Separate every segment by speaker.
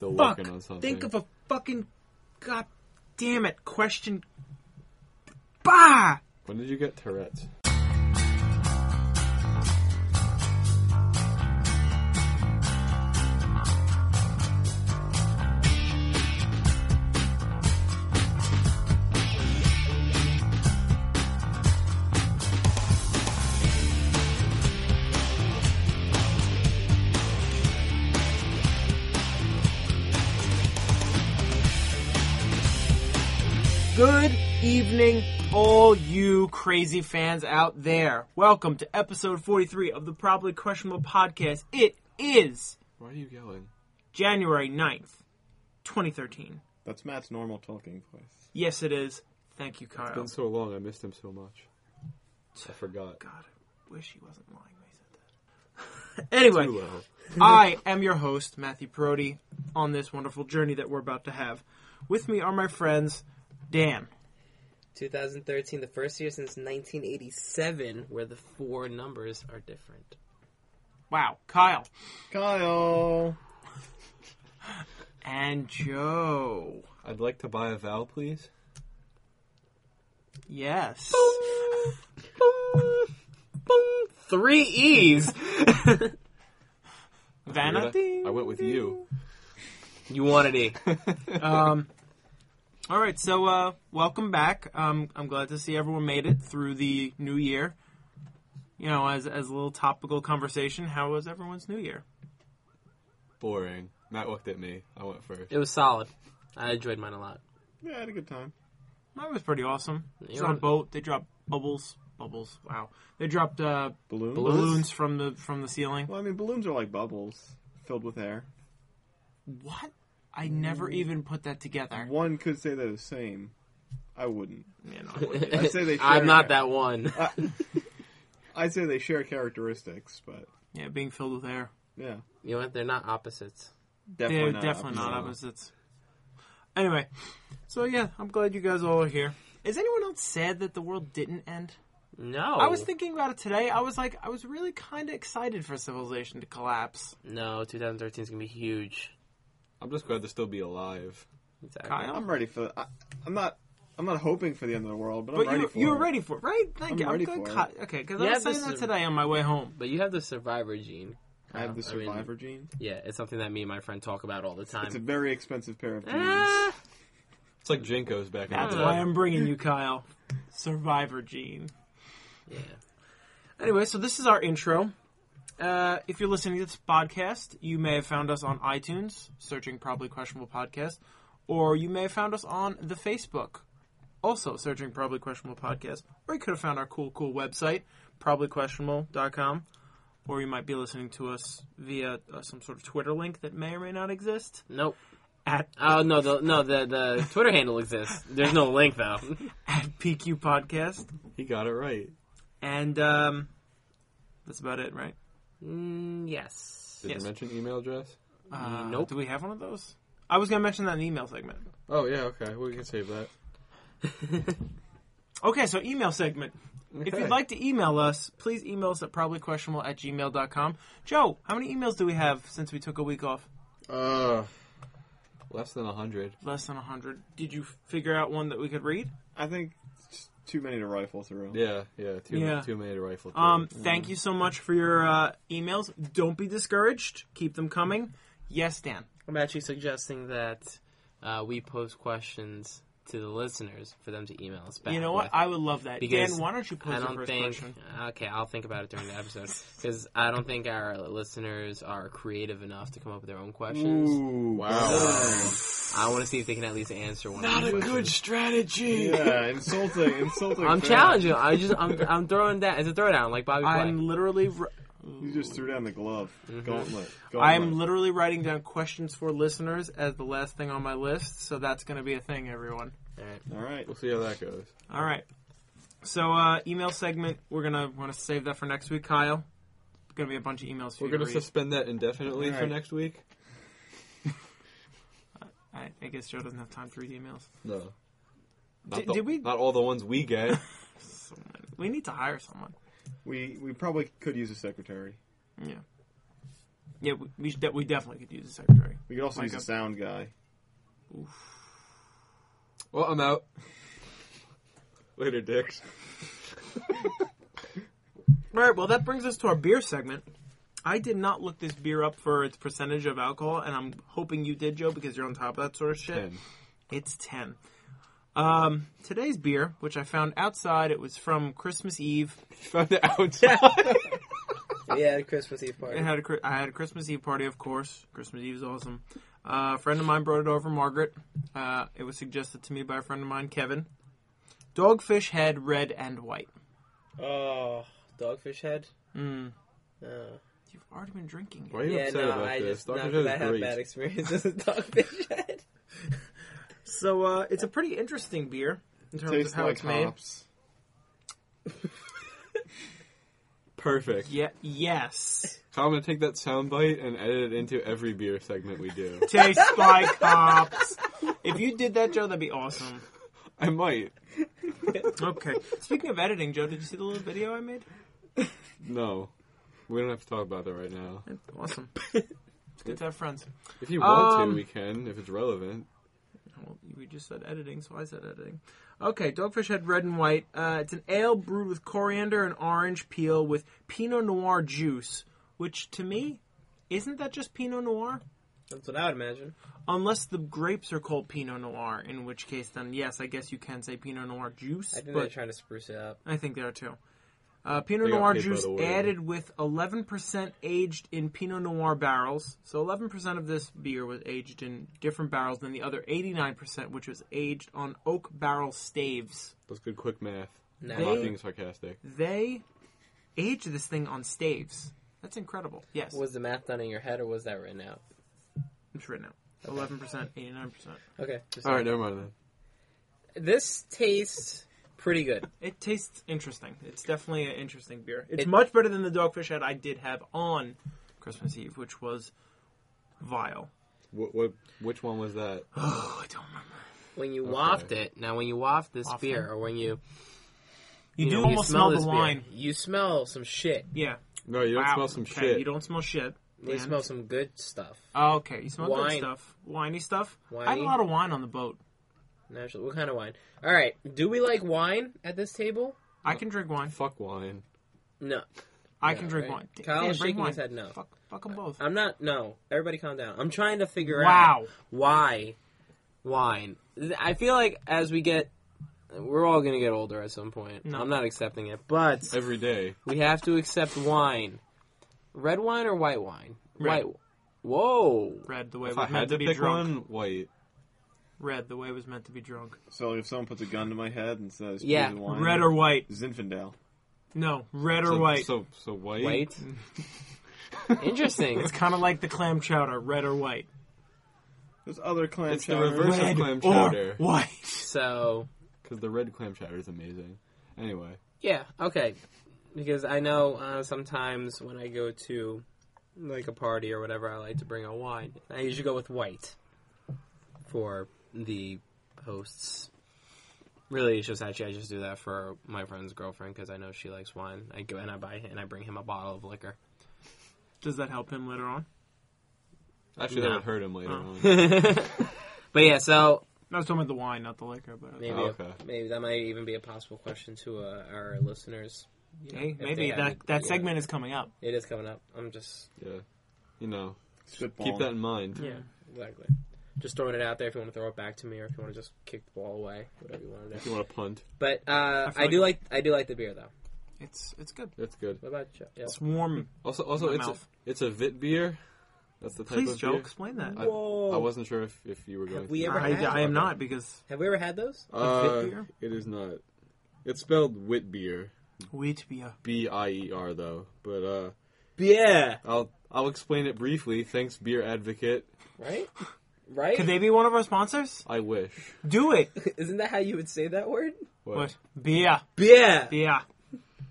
Speaker 1: Still
Speaker 2: Fuck.
Speaker 1: working on something.
Speaker 2: Think of a fucking. God damn it. Question. Bah!
Speaker 1: when did you get Tourette's?
Speaker 2: Good evening, all you crazy fans out there. Welcome to episode 43 of the Probably Questionable Podcast. It is
Speaker 1: Why are you yelling?
Speaker 2: January 9th, 2013.
Speaker 3: That's Matt's normal talking voice.
Speaker 2: Yes, it is. Thank you,
Speaker 1: It's been
Speaker 2: Kyle.
Speaker 1: so long. I missed him so much. I forgot.
Speaker 2: God, I wish he wasn't lying when he said that.
Speaker 1: Too
Speaker 2: anyway,
Speaker 1: low.
Speaker 2: I am your host, Matthew Perotti, on this wonderful journey that we're about to have. With me are my friends, Dan.
Speaker 4: 2013, the first year since 1987 where the four numbers are different.
Speaker 2: Wow, Kyle.
Speaker 3: Kyle!
Speaker 2: And Joe.
Speaker 1: I'd like to buy a vowel, please.
Speaker 2: Yes.
Speaker 4: Three E's!
Speaker 2: Vanity.
Speaker 1: I went with you.
Speaker 4: You wanted E.
Speaker 2: Um, all right, so uh, welcome back. Um, I'm glad to see everyone made it through the new year. You know, as as a little topical conversation, how was everyone's new year?
Speaker 1: Boring. Matt looked at me. I went first.
Speaker 4: It was solid. I enjoyed mine a lot.
Speaker 3: Yeah, I had a good time.
Speaker 2: Mine was pretty awesome. It's
Speaker 4: You're
Speaker 2: on a
Speaker 4: on-
Speaker 2: boat. They dropped bubbles. Bubbles. Wow. They dropped uh,
Speaker 3: Balloons?
Speaker 4: Balloons?
Speaker 2: balloons from the from the ceiling.
Speaker 3: Well, I mean, balloons are like bubbles filled with air.
Speaker 2: What? I never
Speaker 4: Mm.
Speaker 2: even put that together.
Speaker 3: One could say they're the same. I wouldn't.
Speaker 2: Man, I wouldn't.
Speaker 3: I say they share-
Speaker 4: I'm not that one.
Speaker 3: I'd say they share characteristics, but
Speaker 2: yeah, being filled with air.
Speaker 3: yeah.
Speaker 4: You know what? They're not opposites.
Speaker 3: Definitely
Speaker 2: They're
Speaker 3: not.
Speaker 2: definitely not
Speaker 3: opposite.
Speaker 2: opposites. Anyway, so yeah, I'm glad you guys all are here. Is anyone else sad that the world didn't end?
Speaker 4: No.
Speaker 2: I
Speaker 3: Oh.
Speaker 2: was thinking about it today. I was like, I was really kind of excited for civilization to collapse.
Speaker 4: No, 2013 is going to be huge.
Speaker 1: I'm just glad to still be alive.
Speaker 4: Exactly.
Speaker 2: Kyle?
Speaker 3: I'm ready for. I, I'm not. I'm not hoping for the end of the world, but,
Speaker 2: But
Speaker 3: I'm ready
Speaker 2: you,
Speaker 3: for.
Speaker 2: you were
Speaker 3: it.
Speaker 2: ready for it, right? Thank
Speaker 3: I'm
Speaker 2: you.
Speaker 3: ready
Speaker 2: I'm
Speaker 3: for
Speaker 2: good.
Speaker 3: it.
Speaker 2: co- Okay, because I
Speaker 4: Yeah,
Speaker 2: was saying
Speaker 4: this
Speaker 2: that
Speaker 4: is-
Speaker 2: today on my way home.
Speaker 4: But you have the survivor gene.
Speaker 3: I have the
Speaker 4: I mean-
Speaker 3: survivor gene.
Speaker 4: Yeah, it's something that me and my friend talk about all the time.
Speaker 3: It's a very expensive pair of jeans.
Speaker 4: Ah,
Speaker 1: It's like Jinko's back in
Speaker 3: Hmm.
Speaker 2: That's
Speaker 1: the
Speaker 2: why
Speaker 1: day.
Speaker 2: I'm bringing you, Kyle. Survivor gene.
Speaker 4: yeah.
Speaker 2: Anyway, so this is our intro. Uh, if you're listening to this podcast, you may have found us on iTunes, searching Probably Questionable Podcast, or you may have found us on the Facebook, also searching Probably Questionable Podcast, or you could have found our cool, cool website, probablyquestionable.com, or you might be listening to us via uh, some sort of Twitter link that may or may not exist.
Speaker 4: Nope.
Speaker 2: At,
Speaker 4: Oh no, the no the the Twitter handle exists. There's no link though.
Speaker 2: at PQ Podcast.
Speaker 1: He got it right.
Speaker 2: And um, that's about it, right?
Speaker 4: Mm, yes.
Speaker 1: Did
Speaker 2: Yes.
Speaker 1: you mention email address?
Speaker 2: Uh,
Speaker 4: Nope.
Speaker 2: Do we have one of those? I was going to mention that in the email segment.
Speaker 1: Oh yeah, okay. We can save that.
Speaker 2: Okay, so email segment. If
Speaker 1: Okay.
Speaker 2: you'd like to email us, please email us at probablyquestionable at gmail.com. Joe, how many emails do we have since we took a week off?
Speaker 1: Uh, less than a hundred.
Speaker 2: Less than 100. Did you figure out one that we could read?
Speaker 3: I think it's just too many to rifle through.
Speaker 1: Yeah, yeah. Too
Speaker 2: Yeah.
Speaker 1: too many to rifle. through. Mm.
Speaker 2: Um,
Speaker 4: Mm.
Speaker 2: Thank you so much for your uh, emails. Don't be discouraged. Keep them coming. Yes, Dan.
Speaker 4: I'm actually suggesting that uh, we post questions to the listeners for them to email us back.
Speaker 2: You know what?
Speaker 4: with.
Speaker 2: I would love that.
Speaker 4: Because
Speaker 2: Dan, why don't you
Speaker 4: I
Speaker 2: pose your
Speaker 4: don't
Speaker 2: first
Speaker 4: think.
Speaker 2: question?
Speaker 4: Okay, I'll think about it during the episode because I don't think our listeners are creative enough to come up with their own questions.
Speaker 3: Ooh,
Speaker 1: Wow.
Speaker 4: I want to see if they can at least answer one. of them.
Speaker 1: strategy.
Speaker 3: yeah, insulting, insulting.
Speaker 4: I'm
Speaker 3: fact.
Speaker 4: challenging. I just I'm, I'm throwing that as a throwdown, like Bobby Flay.
Speaker 2: I'm literally. r
Speaker 3: You just threw down the glove.
Speaker 1: Mm-hmm.
Speaker 3: Gauntlet.
Speaker 2: I
Speaker 3: Gauntlet.
Speaker 2: am literally writing down questions for listeners as the last thing on my list, so that's going to be a thing, everyone.
Speaker 4: All right.
Speaker 3: All right.
Speaker 1: We'll see how that goes.
Speaker 2: All right. So uh, email segment, we're gonna want to save that for next week, Kyle. Gonna be a bunch of emails. For
Speaker 1: We're
Speaker 2: you to
Speaker 1: gonna
Speaker 2: read.
Speaker 1: suspend that indefinitely for
Speaker 3: Alright.
Speaker 1: next week.
Speaker 2: I, I guess Joe doesn't have time to read emails.
Speaker 1: No. Not
Speaker 2: Did-
Speaker 1: the-
Speaker 2: did we-
Speaker 1: Not all the ones we get.
Speaker 2: So many. We need to hire someone.
Speaker 3: We we probably could use a secretary.
Speaker 2: Yeah. Yeah, we, we, should- we definitely could use a secretary.
Speaker 3: We could also
Speaker 2: Like
Speaker 3: use a
Speaker 2: a-
Speaker 3: sound guy.
Speaker 1: Well, I'm out. Later, dicks.
Speaker 2: All right, well, that brings us to our beer segment. I did not look this beer up for its percentage of alcohol, and I'm hoping you did, Joe, because you're on top of that sort of shit.
Speaker 1: Ten.
Speaker 2: It's 10. Um, today's beer, which I found outside, it was from Christmas Eve.
Speaker 1: Found it out.
Speaker 4: Yeah, the Christmas Eve party.
Speaker 2: It had a, Chri- I had a Christmas Eve party, of course. Christmas Eve is awesome. Uh, a friend of mine brought it over, Margaret. Uh, it was suggested to me by a friend of mine, Kevin. Dogfish Head, red and white.
Speaker 4: Oh, dogfish head.
Speaker 2: Mm.
Speaker 4: Oh.
Speaker 2: You've already been drinking.
Speaker 1: Why are you
Speaker 4: yeah,
Speaker 1: upset
Speaker 4: no,
Speaker 1: about
Speaker 4: I
Speaker 1: this?
Speaker 4: just
Speaker 1: Dr.
Speaker 4: not
Speaker 1: Joe's
Speaker 4: that I have
Speaker 1: great.
Speaker 4: bad experiences with dogfish head.
Speaker 2: So uh, it's a pretty interesting beer in terms
Speaker 3: Tastes
Speaker 2: of how
Speaker 3: like
Speaker 2: it's made.
Speaker 3: hops.
Speaker 1: Perfect.
Speaker 2: Yeah. Yes.
Speaker 1: So I'm gonna take that soundbite and edit it into every beer segment we do.
Speaker 2: Tastes like hops. If you did that, Joe, that'd be awesome.
Speaker 1: I might.
Speaker 2: Okay. Speaking of editing, Joe, did you see the little video I made?
Speaker 1: No, we don't have to talk about that right now.
Speaker 2: Awesome. It's good to have friends.
Speaker 1: If you want
Speaker 2: Um,
Speaker 1: to, we can. If it's relevant.
Speaker 2: Well, we just said editing, so I said editing. Okay, Dogfish Head Red and White. Uh, it's an ale brewed with coriander and orange peel with Pinot Noir juice, which to me, isn't that just Pinot Noir?
Speaker 4: That's what I would imagine.
Speaker 2: Unless the grapes are called Pinot Noir, in which case, then yes, I guess you can say Pinot Noir juice.
Speaker 4: I think they're
Speaker 2: but
Speaker 4: trying to spruce it up.
Speaker 2: I think they are too. Uh, Pinot
Speaker 1: They got
Speaker 2: Noir
Speaker 1: paid by
Speaker 2: juice
Speaker 1: the word.
Speaker 2: added with 11% aged in Pinot Noir barrels. So 11% of this beer was aged in different barrels than the other 89%, which was aged on oak barrel staves.
Speaker 1: That's good quick math.
Speaker 4: Nah.
Speaker 1: I'm not
Speaker 2: They-
Speaker 1: being sarcastic.
Speaker 2: They aged this thing on staves. That's incredible. Yes,
Speaker 4: Was the math done in your head or was that written out?
Speaker 2: it's written out. 11%, 89%.
Speaker 4: Okay. Just
Speaker 1: All right, never mind then.
Speaker 4: This tastes pretty good.
Speaker 2: It tastes interesting. It's definitely an interesting beer. It's
Speaker 4: It-
Speaker 2: much better than the Dogfish Head I did have on Christmas Eve, which was vile.
Speaker 1: What, what? Which one was that?
Speaker 2: Oh, I don't remember.
Speaker 4: When you waft it, now when you waft this
Speaker 2: Waft
Speaker 4: beer, or when you
Speaker 2: You, do
Speaker 4: know,
Speaker 2: almost
Speaker 4: smell,
Speaker 2: smell,
Speaker 4: this
Speaker 2: the
Speaker 4: beer,
Speaker 2: wine.
Speaker 4: you smell some shit.
Speaker 2: Yeah.
Speaker 1: No, you don't
Speaker 2: Wow.
Speaker 1: smell some
Speaker 2: okay.
Speaker 1: shit.
Speaker 2: You don't smell shit.
Speaker 4: You
Speaker 2: And-
Speaker 4: smell some good stuff.
Speaker 2: Oh, okay. You smell good
Speaker 4: Wine.
Speaker 2: stuff. Winey stuff. I had
Speaker 4: Winey.
Speaker 2: a lot of wine on the boat.
Speaker 4: Naturally, what kind of wine? All right, do we like wine at this table?
Speaker 2: I can drink wine.
Speaker 1: Fuck wine.
Speaker 4: No,
Speaker 2: I
Speaker 4: Oh. Yeah,
Speaker 2: can drink
Speaker 4: right.
Speaker 2: wine. D-
Speaker 4: Kyle
Speaker 2: yeah,
Speaker 4: is
Speaker 2: drink
Speaker 4: shaking his
Speaker 2: wine.
Speaker 4: head no.
Speaker 2: Fuck, fuck them both.
Speaker 4: I'm not. No, everybody, calm down. I'm trying to figure out
Speaker 2: Wow.
Speaker 4: why wine. I feel like as we get, we're all gonna get older at some point.
Speaker 2: No.
Speaker 4: I'm not accepting it, but
Speaker 1: Every day.
Speaker 4: we have to accept wine. Red wine or white wine?
Speaker 2: Red.
Speaker 4: White. Whoa.
Speaker 2: Red the way it
Speaker 1: If I
Speaker 2: was meant
Speaker 1: had to
Speaker 2: be
Speaker 1: pick
Speaker 2: drunk.
Speaker 1: one, white.
Speaker 2: Red the way it was meant to be drunk.
Speaker 3: So if someone puts a gun to my head and says,
Speaker 4: Yeah,
Speaker 3: "Please, wine,"
Speaker 2: Red or white?
Speaker 3: Zinfandel.
Speaker 2: No, red or
Speaker 1: So,
Speaker 2: white.
Speaker 1: So so white.
Speaker 4: White. Interesting.
Speaker 2: It's kind of like the clam chowder. Red or white.
Speaker 3: There's other clam
Speaker 1: It's the
Speaker 3: chowders.
Speaker 1: reverse of
Speaker 2: Red
Speaker 1: clam
Speaker 2: or
Speaker 1: chowder.
Speaker 2: white.
Speaker 4: So
Speaker 1: Because the red clam chowder is amazing. Anyway,
Speaker 4: yeah, okay. Because I know uh, sometimes when I go to like a party or whatever, I like to bring a wine. I usually go with white for the hosts. Really, it's just actually I just do that for my friend's girlfriend because I know she likes wine. I go and I buy and I bring him a bottle of liquor.
Speaker 2: Does that help him later on?
Speaker 1: actually that
Speaker 4: No.
Speaker 1: would hurt him later
Speaker 2: Oh.
Speaker 1: on.
Speaker 4: But yeah, so
Speaker 2: I was talking about the wine, not the liquor. But
Speaker 4: maybe
Speaker 1: Okay.
Speaker 4: maybe that might even be a possible question to uh, our listeners.
Speaker 2: hey,
Speaker 4: they
Speaker 2: maybe
Speaker 4: have
Speaker 2: that
Speaker 4: it,
Speaker 2: that
Speaker 4: yeah.
Speaker 2: segment is coming up.
Speaker 4: It is coming up. I'm just
Speaker 1: Yeah. You know,
Speaker 3: Spitball.
Speaker 1: keep that in mind.
Speaker 2: Yeah.
Speaker 4: Exactly. Just throwing it out there if you want to throw it back to me or if you want to just kick the ball away, whatever you want to
Speaker 1: If
Speaker 4: do.
Speaker 1: you want to punt,
Speaker 4: But uh, I,
Speaker 2: feel
Speaker 4: do like I do like the beer though.
Speaker 2: It's it's good.
Speaker 1: that's good.
Speaker 4: What about you? Yeah.
Speaker 2: It's warm.
Speaker 1: Also, also,
Speaker 2: my
Speaker 1: it's a,
Speaker 2: mouth.
Speaker 1: it's a vit beer. That's the type
Speaker 2: Please,
Speaker 1: of
Speaker 2: Joe,
Speaker 1: beer.
Speaker 2: explain that.
Speaker 1: I,
Speaker 4: Whoa.
Speaker 1: I wasn't sure if, if you were going.
Speaker 4: we
Speaker 1: through
Speaker 4: ever
Speaker 1: that.
Speaker 2: I,
Speaker 4: had
Speaker 2: I am not because
Speaker 4: Have we ever had those?
Speaker 1: Uh,
Speaker 2: Wit beer?
Speaker 1: It is not. It's spelled wit beer,
Speaker 2: wheat beer.
Speaker 1: B I E R though. But uh,
Speaker 4: Yeah.
Speaker 1: I'll I'll explain it briefly. Thanks, beer advocate.
Speaker 4: Right. Right.
Speaker 2: Could they be one of our sponsors?
Speaker 1: I wish.
Speaker 2: Do it.
Speaker 4: Isn't that how you would say that word?
Speaker 1: What?
Speaker 2: What? Beer.
Speaker 4: Yeah.
Speaker 2: Beer.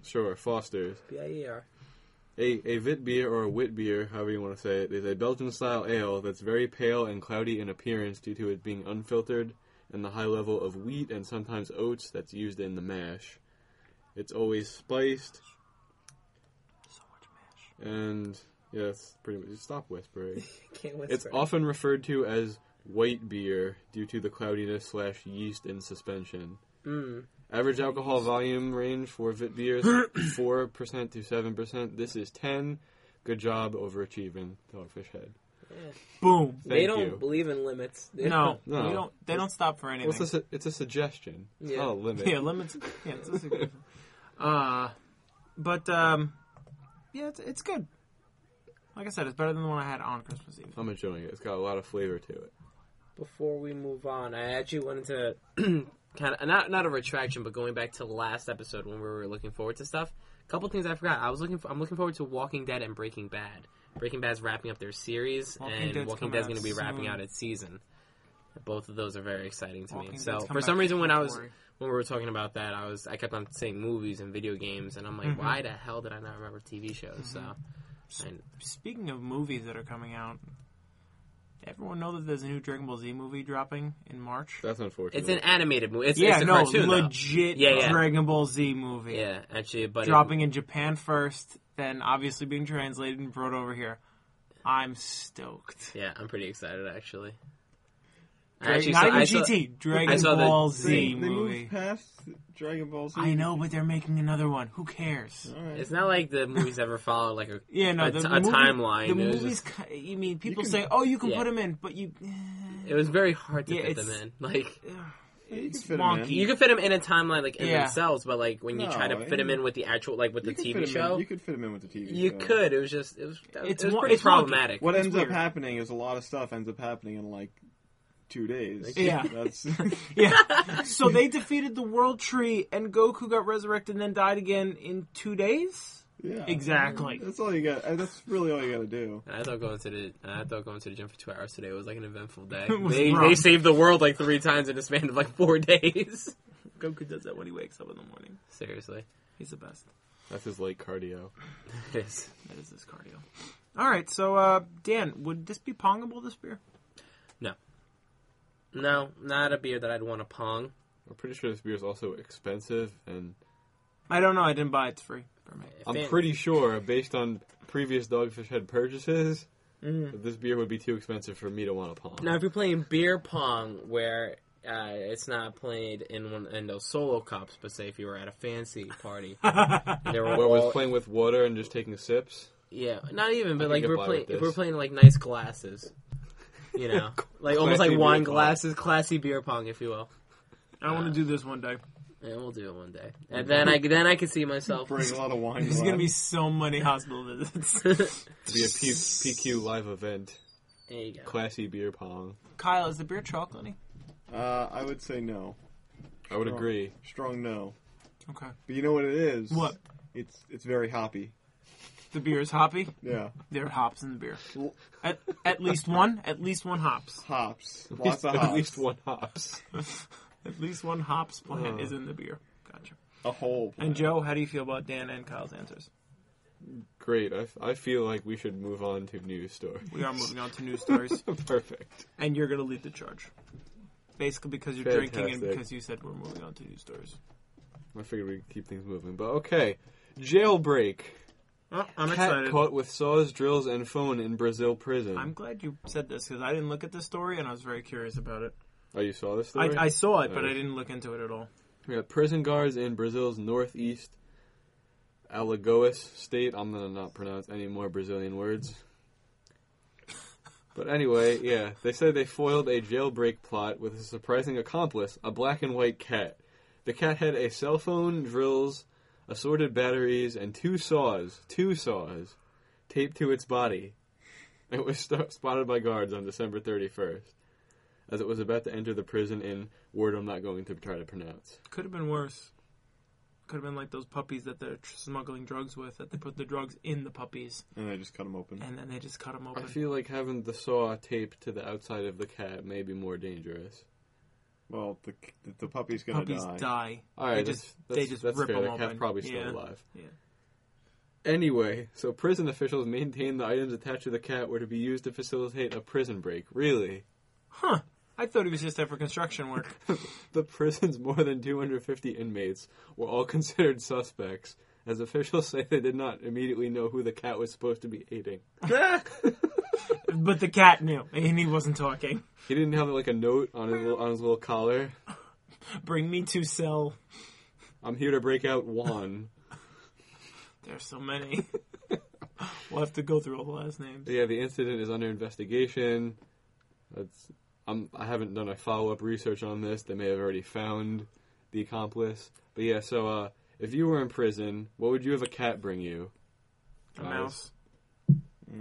Speaker 1: Sure, Foster's.
Speaker 4: B i e r.
Speaker 1: A, a vit beer or a wit beer, however you want to say it, is a Belgian style ale that's very pale and cloudy in appearance due to it being unfiltered and the high level of wheat and sometimes oats that's used in the mash. It's always spiced
Speaker 2: So much mash.
Speaker 1: and Yeah, that's pretty much. Stop whispering.
Speaker 4: Can't whisper.
Speaker 1: It's often referred to as white beer due to the cloudiness slash yeast in suspension.
Speaker 4: Mm.
Speaker 1: Average alcohol volume range for Vit beers four percent to seven percent. This is ten. Good job overachieving, Dogfish Head.
Speaker 2: Boom.
Speaker 1: Thank
Speaker 4: They don't
Speaker 1: you.
Speaker 4: believe in limits. They
Speaker 2: No,
Speaker 1: No.
Speaker 2: we don't. They don't stop for
Speaker 1: Well, it's
Speaker 2: anything.
Speaker 1: a, su- it's a suggestion. It's
Speaker 4: Yeah.
Speaker 1: not a limit.
Speaker 2: yeah, lemons. Yeah, it's a secret. uh, but um, yeah, it's it's good. Like I said, it's better than the one I had on Christmas Eve.
Speaker 1: I'm enjoying it. It's got a lot of flavor to it.
Speaker 4: Before we move on, I actually wanted to kind of not not a retraction, but going back to last episode when we were looking forward to stuff. A couple things I forgot. I was looking. For, I'm looking forward to Walking Dead and Breaking Bad. Breaking Bad's wrapping up their series,
Speaker 2: Walking
Speaker 4: and
Speaker 2: Dead's
Speaker 4: Walking
Speaker 2: coming
Speaker 4: Dead's
Speaker 2: out
Speaker 4: going to be wrapping
Speaker 2: soon.
Speaker 4: out its season. Both of those are very exciting to
Speaker 2: Walking
Speaker 4: me.
Speaker 2: Dead's
Speaker 4: So
Speaker 2: coming
Speaker 4: for
Speaker 2: back
Speaker 4: some
Speaker 2: in
Speaker 4: reason, when I was
Speaker 2: February.
Speaker 4: when we were talking about that, I was I kept on saying movies and video games, and I'm like,
Speaker 2: Mhm.
Speaker 4: why the hell did I not remember TV shows?
Speaker 2: Mm-hmm.
Speaker 4: So, and
Speaker 2: Speaking of movies that are coming out, everyone know that there's a new Dragon Ball Z movie dropping in March.
Speaker 1: That's unfortunate.
Speaker 4: it's an animated movie. It's,
Speaker 2: yeah,
Speaker 4: it's a
Speaker 2: no,
Speaker 4: cartoon, though.
Speaker 2: legit
Speaker 4: Yeah, yeah.
Speaker 2: Dragon Ball Z movie.
Speaker 4: Yeah, actually, but it-
Speaker 2: dropping in Japan first, then obviously being translated and brought over here. I'm stoked.
Speaker 4: yeah, I'm pretty excited actually. I
Speaker 2: Dra-
Speaker 4: actually
Speaker 2: not
Speaker 4: saw-
Speaker 2: even
Speaker 4: I saw-
Speaker 2: GT, Dragon
Speaker 4: I saw the-
Speaker 2: Ball
Speaker 3: They,
Speaker 2: Z
Speaker 3: they
Speaker 2: movie.
Speaker 3: moved past Dragon Ball Z.
Speaker 2: I know, but they're making another one. Who cares?
Speaker 3: All right.
Speaker 4: It's not like the movies ever follow like a
Speaker 2: Yeah, no,
Speaker 4: a
Speaker 2: the
Speaker 4: t- a
Speaker 2: movie-
Speaker 4: timeline.
Speaker 2: The
Speaker 4: It was
Speaker 2: movies, ki- you mean people
Speaker 3: can-
Speaker 2: say, "Oh, you can
Speaker 4: Yeah.
Speaker 2: put them in," but you,
Speaker 4: It was very hard to
Speaker 2: Yeah,
Speaker 4: fit
Speaker 2: it's-
Speaker 4: them in. Like
Speaker 3: You
Speaker 2: it's
Speaker 3: can fit 'em in.
Speaker 2: wonky.
Speaker 4: you could fit them in a timeline like in
Speaker 2: Yeah.
Speaker 4: themselves, but like when you try to
Speaker 3: No,
Speaker 4: fit them
Speaker 3: and-
Speaker 4: in with the actual like with the
Speaker 3: You could
Speaker 4: TV
Speaker 3: fit 'em in-
Speaker 4: show,
Speaker 3: You could fit him in with the TV.
Speaker 4: you
Speaker 3: show.
Speaker 4: could. It was just it was that-
Speaker 2: It's
Speaker 4: it was
Speaker 2: wo-
Speaker 4: pretty
Speaker 2: it's wonky.
Speaker 4: problematic.
Speaker 3: What
Speaker 2: It's
Speaker 3: ends
Speaker 2: weird.
Speaker 3: up happening is a lot of stuff ends up happening in like two days.
Speaker 2: Yeah.
Speaker 3: That's
Speaker 2: yeah. So they defeated the World Tree, and Goku got resurrected and then died again in two days.
Speaker 3: yeah.
Speaker 2: Exactly.
Speaker 3: That's all you got. uh, That's really all you got to do.
Speaker 4: And I thought going to the and I thought going to the gym for two hours today was like an eventful day.
Speaker 2: It was
Speaker 4: they
Speaker 2: rough.
Speaker 4: they saved the world like three times in a span of like four days.
Speaker 2: Goku does that when he wakes up in the morning.
Speaker 4: Seriously,
Speaker 2: He's the best.
Speaker 1: That's his late cardio.
Speaker 4: it is.
Speaker 2: That is his cardio. All right, so uh, Dan, would this be pongable? This beer?
Speaker 4: No, not a beer that I'd want to pong.
Speaker 1: I'm pretty sure this beer is also expensive, and
Speaker 2: I don't know. I didn't buy it. It's free for me.
Speaker 4: If
Speaker 1: I'm
Speaker 4: it-
Speaker 1: pretty sure, based on previous Dogfish Head purchases, that this beer would be too expensive for me to want to palm.
Speaker 4: Now, if you're playing beer pong, where uh, it's not played in one in those solo cups, but say if you were at a fancy party, there were
Speaker 1: Where I was
Speaker 4: all-
Speaker 1: playing with water and just taking sips.
Speaker 4: yeah, not even, but
Speaker 1: I
Speaker 4: like
Speaker 1: could
Speaker 4: we're
Speaker 1: buy
Speaker 4: playing,
Speaker 1: with
Speaker 4: if we're
Speaker 1: this.
Speaker 4: playing like nice glasses, you know, like almost
Speaker 1: Classy
Speaker 4: like wine
Speaker 1: beer pong.
Speaker 4: glasses, classy beer pong, if you will.
Speaker 2: I want to do this one day.
Speaker 4: And we'll do it one day, and then I then I can see myself.
Speaker 3: Bring a lot of wine.
Speaker 2: There's gonna be
Speaker 3: glass.
Speaker 2: so many hospital visits.
Speaker 1: It'd be a P- PQ live event.
Speaker 4: There you go.
Speaker 1: Classy beer pong.
Speaker 2: Kyle, is the beer chocolatey?
Speaker 3: Uh, I would say no.
Speaker 1: I would
Speaker 3: Strong-
Speaker 1: agree.
Speaker 3: Strong no.
Speaker 2: Okay.
Speaker 3: But you know what it is?
Speaker 2: What?
Speaker 3: It's it's very hoppy.
Speaker 2: The beer is hoppy.
Speaker 3: Yeah.
Speaker 2: There are hops in the beer.
Speaker 3: L-
Speaker 2: At, at least one. At least one hops.
Speaker 3: hops. Lots of hops.
Speaker 1: At least one hops.
Speaker 2: At least one hops plant is in the beer. Gotcha.
Speaker 3: A whole.
Speaker 2: And Joe, how do you feel about Dan and Kyle's answers?
Speaker 1: Great. I, f- I feel like we should move on to news story.
Speaker 2: We are moving on to news stories,
Speaker 1: Perfect.
Speaker 2: and you're going to lead the charge. Basically, because you're drinking and
Speaker 1: Fantastic.
Speaker 2: because you said we're moving on to news stories.
Speaker 1: I figured we'd keep things moving, but okay. Jailbreak.
Speaker 2: Well, I'm
Speaker 1: Cat
Speaker 2: excited.
Speaker 1: caught with saws, drills, and phone in Brazil prison.
Speaker 2: I'm glad you said this because I didn't look at this story and I was very curious about it.
Speaker 1: Oh, you saw this story?
Speaker 2: I, I saw it, but I
Speaker 1: Oh.
Speaker 2: didn't look into it at all.
Speaker 1: We got prison guards in Brazil's northeast Alagoas state. I'm gonna not pronounce any more Brazilian words. But anyway, yeah, they say they foiled a jailbreak plot with a surprising accomplice, a black and white cat. The cat had a cell phone, drills, assorted batteries, and two saws, two saws, taped to its body. It was st- spotted by guards on December 31st, as it was about to enter the prison in word I'm not going to try to pronounce.
Speaker 2: Could have been worse. Could have been like those puppies that they're tr- smuggling drugs with, that they put the drugs in the puppies
Speaker 3: And I just cut them open.
Speaker 2: and then they just cut them
Speaker 1: I
Speaker 2: open.
Speaker 1: feel like having the saw taped to the outside of the cat may be more dangerous.
Speaker 3: Well, the the, the puppy's gonna
Speaker 2: puppies
Speaker 3: die.
Speaker 2: die.
Speaker 1: All right,
Speaker 2: just-
Speaker 1: that's,
Speaker 2: they
Speaker 1: that's,
Speaker 2: just
Speaker 1: that's
Speaker 2: rip
Speaker 1: fair.
Speaker 2: them
Speaker 1: the cat's
Speaker 2: open.
Speaker 1: probably still
Speaker 2: Yeah.
Speaker 1: alive.
Speaker 2: Yeah.
Speaker 1: Anyway, so prison officials maintain the items attached to the cat were to be used to facilitate a prison break. Really?
Speaker 2: Huh. I thought he was just there for construction work.
Speaker 1: the prison's more than 250 inmates were all considered suspects as officials say they did not immediately know who the cat was supposed to be aiding.
Speaker 2: But the cat knew, and he wasn't talking.
Speaker 1: He didn't have like a note on his little, on his little collar.
Speaker 2: Bring me to sell.
Speaker 1: I'm here to break out Juan.
Speaker 2: There's so many. we'll have to go through all the last names.
Speaker 1: yeah, the incident is under investigation. That's I'm I haven't done a follow up research on this. They may have already found the accomplice. But yeah, so uh, if you were in prison, what would you have a cat bring you?
Speaker 2: A mouse. A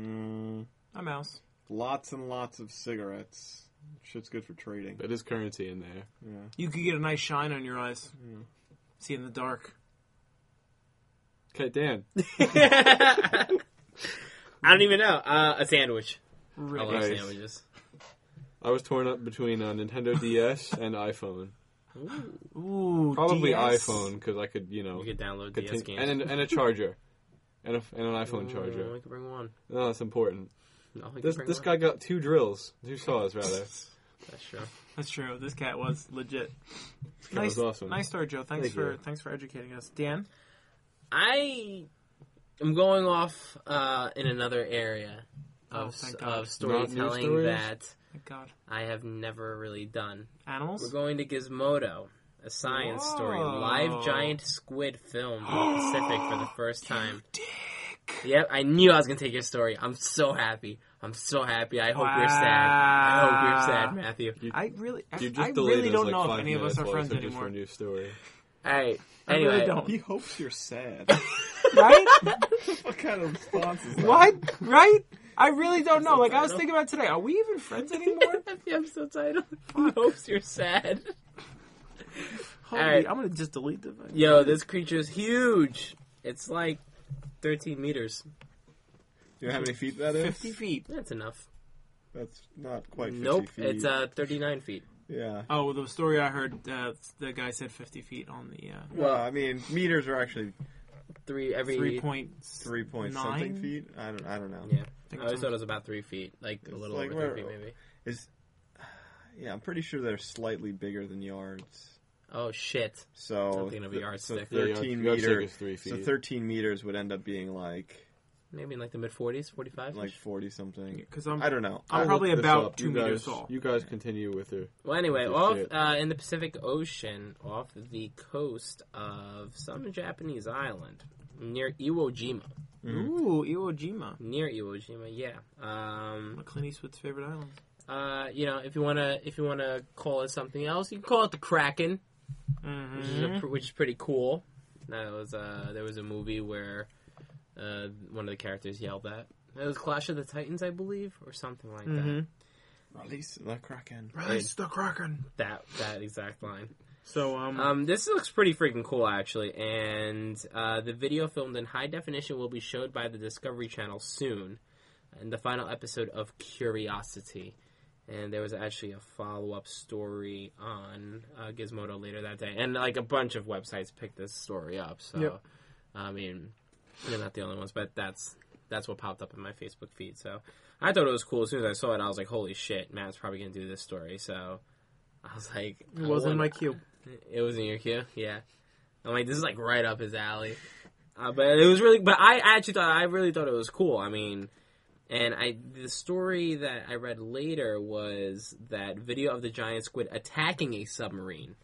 Speaker 2: mouse.
Speaker 3: Mm. Lots and lots of cigarettes. Shit's good for trading.
Speaker 1: That is currency in there.
Speaker 2: You could get a nice shine on your eyes.
Speaker 1: Hmm.
Speaker 2: See in the dark.
Speaker 1: Cat Dan.
Speaker 4: I don't even know. Uh, a sandwich. I
Speaker 2: Really.
Speaker 4: love
Speaker 1: Nice.
Speaker 4: sandwiches.
Speaker 1: I was torn up between uh, Nintendo DS and iPhone.
Speaker 2: Ooh,
Speaker 1: Probably
Speaker 2: DS.
Speaker 1: iPhone because I could, you know,
Speaker 4: You could download DS
Speaker 1: continue,
Speaker 4: games.
Speaker 1: and, an, and a charger, and, a, and an iPhone
Speaker 4: Mm,
Speaker 1: charger.
Speaker 4: I could bring one.
Speaker 1: No, that's important.
Speaker 4: No, I could
Speaker 1: This
Speaker 4: bring
Speaker 1: this
Speaker 4: one.
Speaker 1: guy got two drills, two saws rather.
Speaker 4: That's true.
Speaker 2: That's true. This cat was legit.
Speaker 1: cat
Speaker 2: nice,
Speaker 1: was awesome.
Speaker 2: nice story, Joe. Thanks
Speaker 1: Thank
Speaker 2: for
Speaker 1: you.
Speaker 2: thanks for educating us, Dan.
Speaker 4: I am going off uh, in another area
Speaker 2: Oh,
Speaker 4: of,
Speaker 2: thank God. Not new
Speaker 4: of storytelling
Speaker 1: stories?
Speaker 4: that
Speaker 2: Thank God.
Speaker 4: I have never really done. We're
Speaker 2: Animals.
Speaker 4: going to Gizmodo, a science story,
Speaker 2: Whoa.
Speaker 4: live giant squid film in the Pacific for the first time.
Speaker 2: Dick.
Speaker 4: Yep, I knew I was gonna take your story. I'm so happy. I'm so happy. I hope you're sad. I hope you're sad, Matthew.
Speaker 2: I really, I,
Speaker 1: You just
Speaker 2: I
Speaker 1: delayed
Speaker 2: really
Speaker 1: us,
Speaker 2: don't
Speaker 1: like,
Speaker 2: know if
Speaker 1: five
Speaker 2: any of us
Speaker 1: minutes
Speaker 2: are
Speaker 1: while I
Speaker 2: friends
Speaker 1: searched for a
Speaker 2: anymore,
Speaker 1: new story.
Speaker 4: All right.
Speaker 2: I really
Speaker 4: Anyway,
Speaker 2: don't.
Speaker 3: He hopes you're sad.
Speaker 2: right?
Speaker 3: what kind of response is that?
Speaker 2: What? Right? I really don't know. Like I was thinking about today. Are we even friends anymore?
Speaker 4: That's the episode title. He hopes you're sad.
Speaker 2: Holy,
Speaker 4: All right.
Speaker 2: I'm gonna just delete the.
Speaker 4: Yo, this creature's huge. It's like 13 meters.
Speaker 3: Do you know how many feet that is?
Speaker 2: Fifty feet.
Speaker 4: That's enough.
Speaker 3: That's not quite
Speaker 2: Mm.
Speaker 3: 50
Speaker 4: Nope,
Speaker 3: feet.
Speaker 4: it's uh 39 feet.
Speaker 3: Yeah.
Speaker 2: Oh, the story I heard. Uh, the guy said fifty feet on the uh,
Speaker 3: Well, I mean, meters are actually
Speaker 4: Three every.
Speaker 2: three point
Speaker 3: three point
Speaker 2: Nine?
Speaker 3: something feet. I don't. I don't know.
Speaker 4: Yeah,
Speaker 2: think
Speaker 4: oh, I always
Speaker 2: so.
Speaker 4: thought it was about three feet, like a
Speaker 3: It's
Speaker 4: little
Speaker 3: like
Speaker 4: over three
Speaker 3: where-
Speaker 4: feet, maybe.
Speaker 3: Is yeah, I'm pretty sure they're slightly bigger than yards.
Speaker 4: Oh shit!
Speaker 3: So
Speaker 4: Something of a
Speaker 3: th-
Speaker 4: yardstick.
Speaker 3: So
Speaker 4: Yeah,
Speaker 1: yard-
Speaker 3: 13
Speaker 1: yardstick
Speaker 3: meter.
Speaker 1: is three
Speaker 3: So
Speaker 1: feet.
Speaker 3: 13 meters would end up being like
Speaker 4: Maybe in like the mid 40s, 45.
Speaker 3: like 40 something.
Speaker 2: Because I'm.
Speaker 3: I don't know.
Speaker 2: I'm
Speaker 1: I'll
Speaker 2: probably
Speaker 1: look this
Speaker 2: about
Speaker 1: up.
Speaker 2: two
Speaker 1: you
Speaker 2: meters
Speaker 1: guys,
Speaker 2: tall.
Speaker 1: You guys continue with your.
Speaker 4: Well, anyway,
Speaker 1: Holy
Speaker 4: off
Speaker 1: shit.
Speaker 4: uh, in the Pacific Ocean, off the coast of some Japanese island near Iwo Jima.
Speaker 2: Ooh, Iwo Jima.
Speaker 4: Near Iwo Jima, yeah. Um,
Speaker 2: One of Clint Eastwood's favorite island.
Speaker 4: uh, you know, if you wanna, if you wanna call it something else, you can call it the Kraken. which is a,
Speaker 2: Mm-hmm.
Speaker 4: pr- which is pretty cool. That was uh, there was a movie where uh, one of the characters yelled that. It was Clash of the Titans, I believe, or something like
Speaker 2: Mm-hmm.
Speaker 4: that.
Speaker 3: Release the kraken.
Speaker 2: Rise the Kraken.
Speaker 4: That that exact line.
Speaker 2: So um,
Speaker 4: Um, this looks pretty freaking cool, actually. And uh, the video filmed in high definition will be showed by the Discovery Channel soon, in the final episode of Curiosity. And there was actually a follow up story on uh, Gizmodo later that day, and like a bunch of websites picked this story up. So,
Speaker 2: Yep.
Speaker 4: I mean, they're not the only ones, but that's that's what popped up in my Facebook feed. So, I thought it was cool. As soon as I saw it, I was like, "Holy shit, Matt's probably gonna do this story." So, I was like,
Speaker 2: it wasn't
Speaker 4: like.
Speaker 2: my cue.
Speaker 4: It was in your queue, yeah. I'm like, this is like right up his alley. Uh, but it was really, but I actually thought I really thought it was cool. I mean, and I the story that I read later was that video of the giant squid attacking a submarine.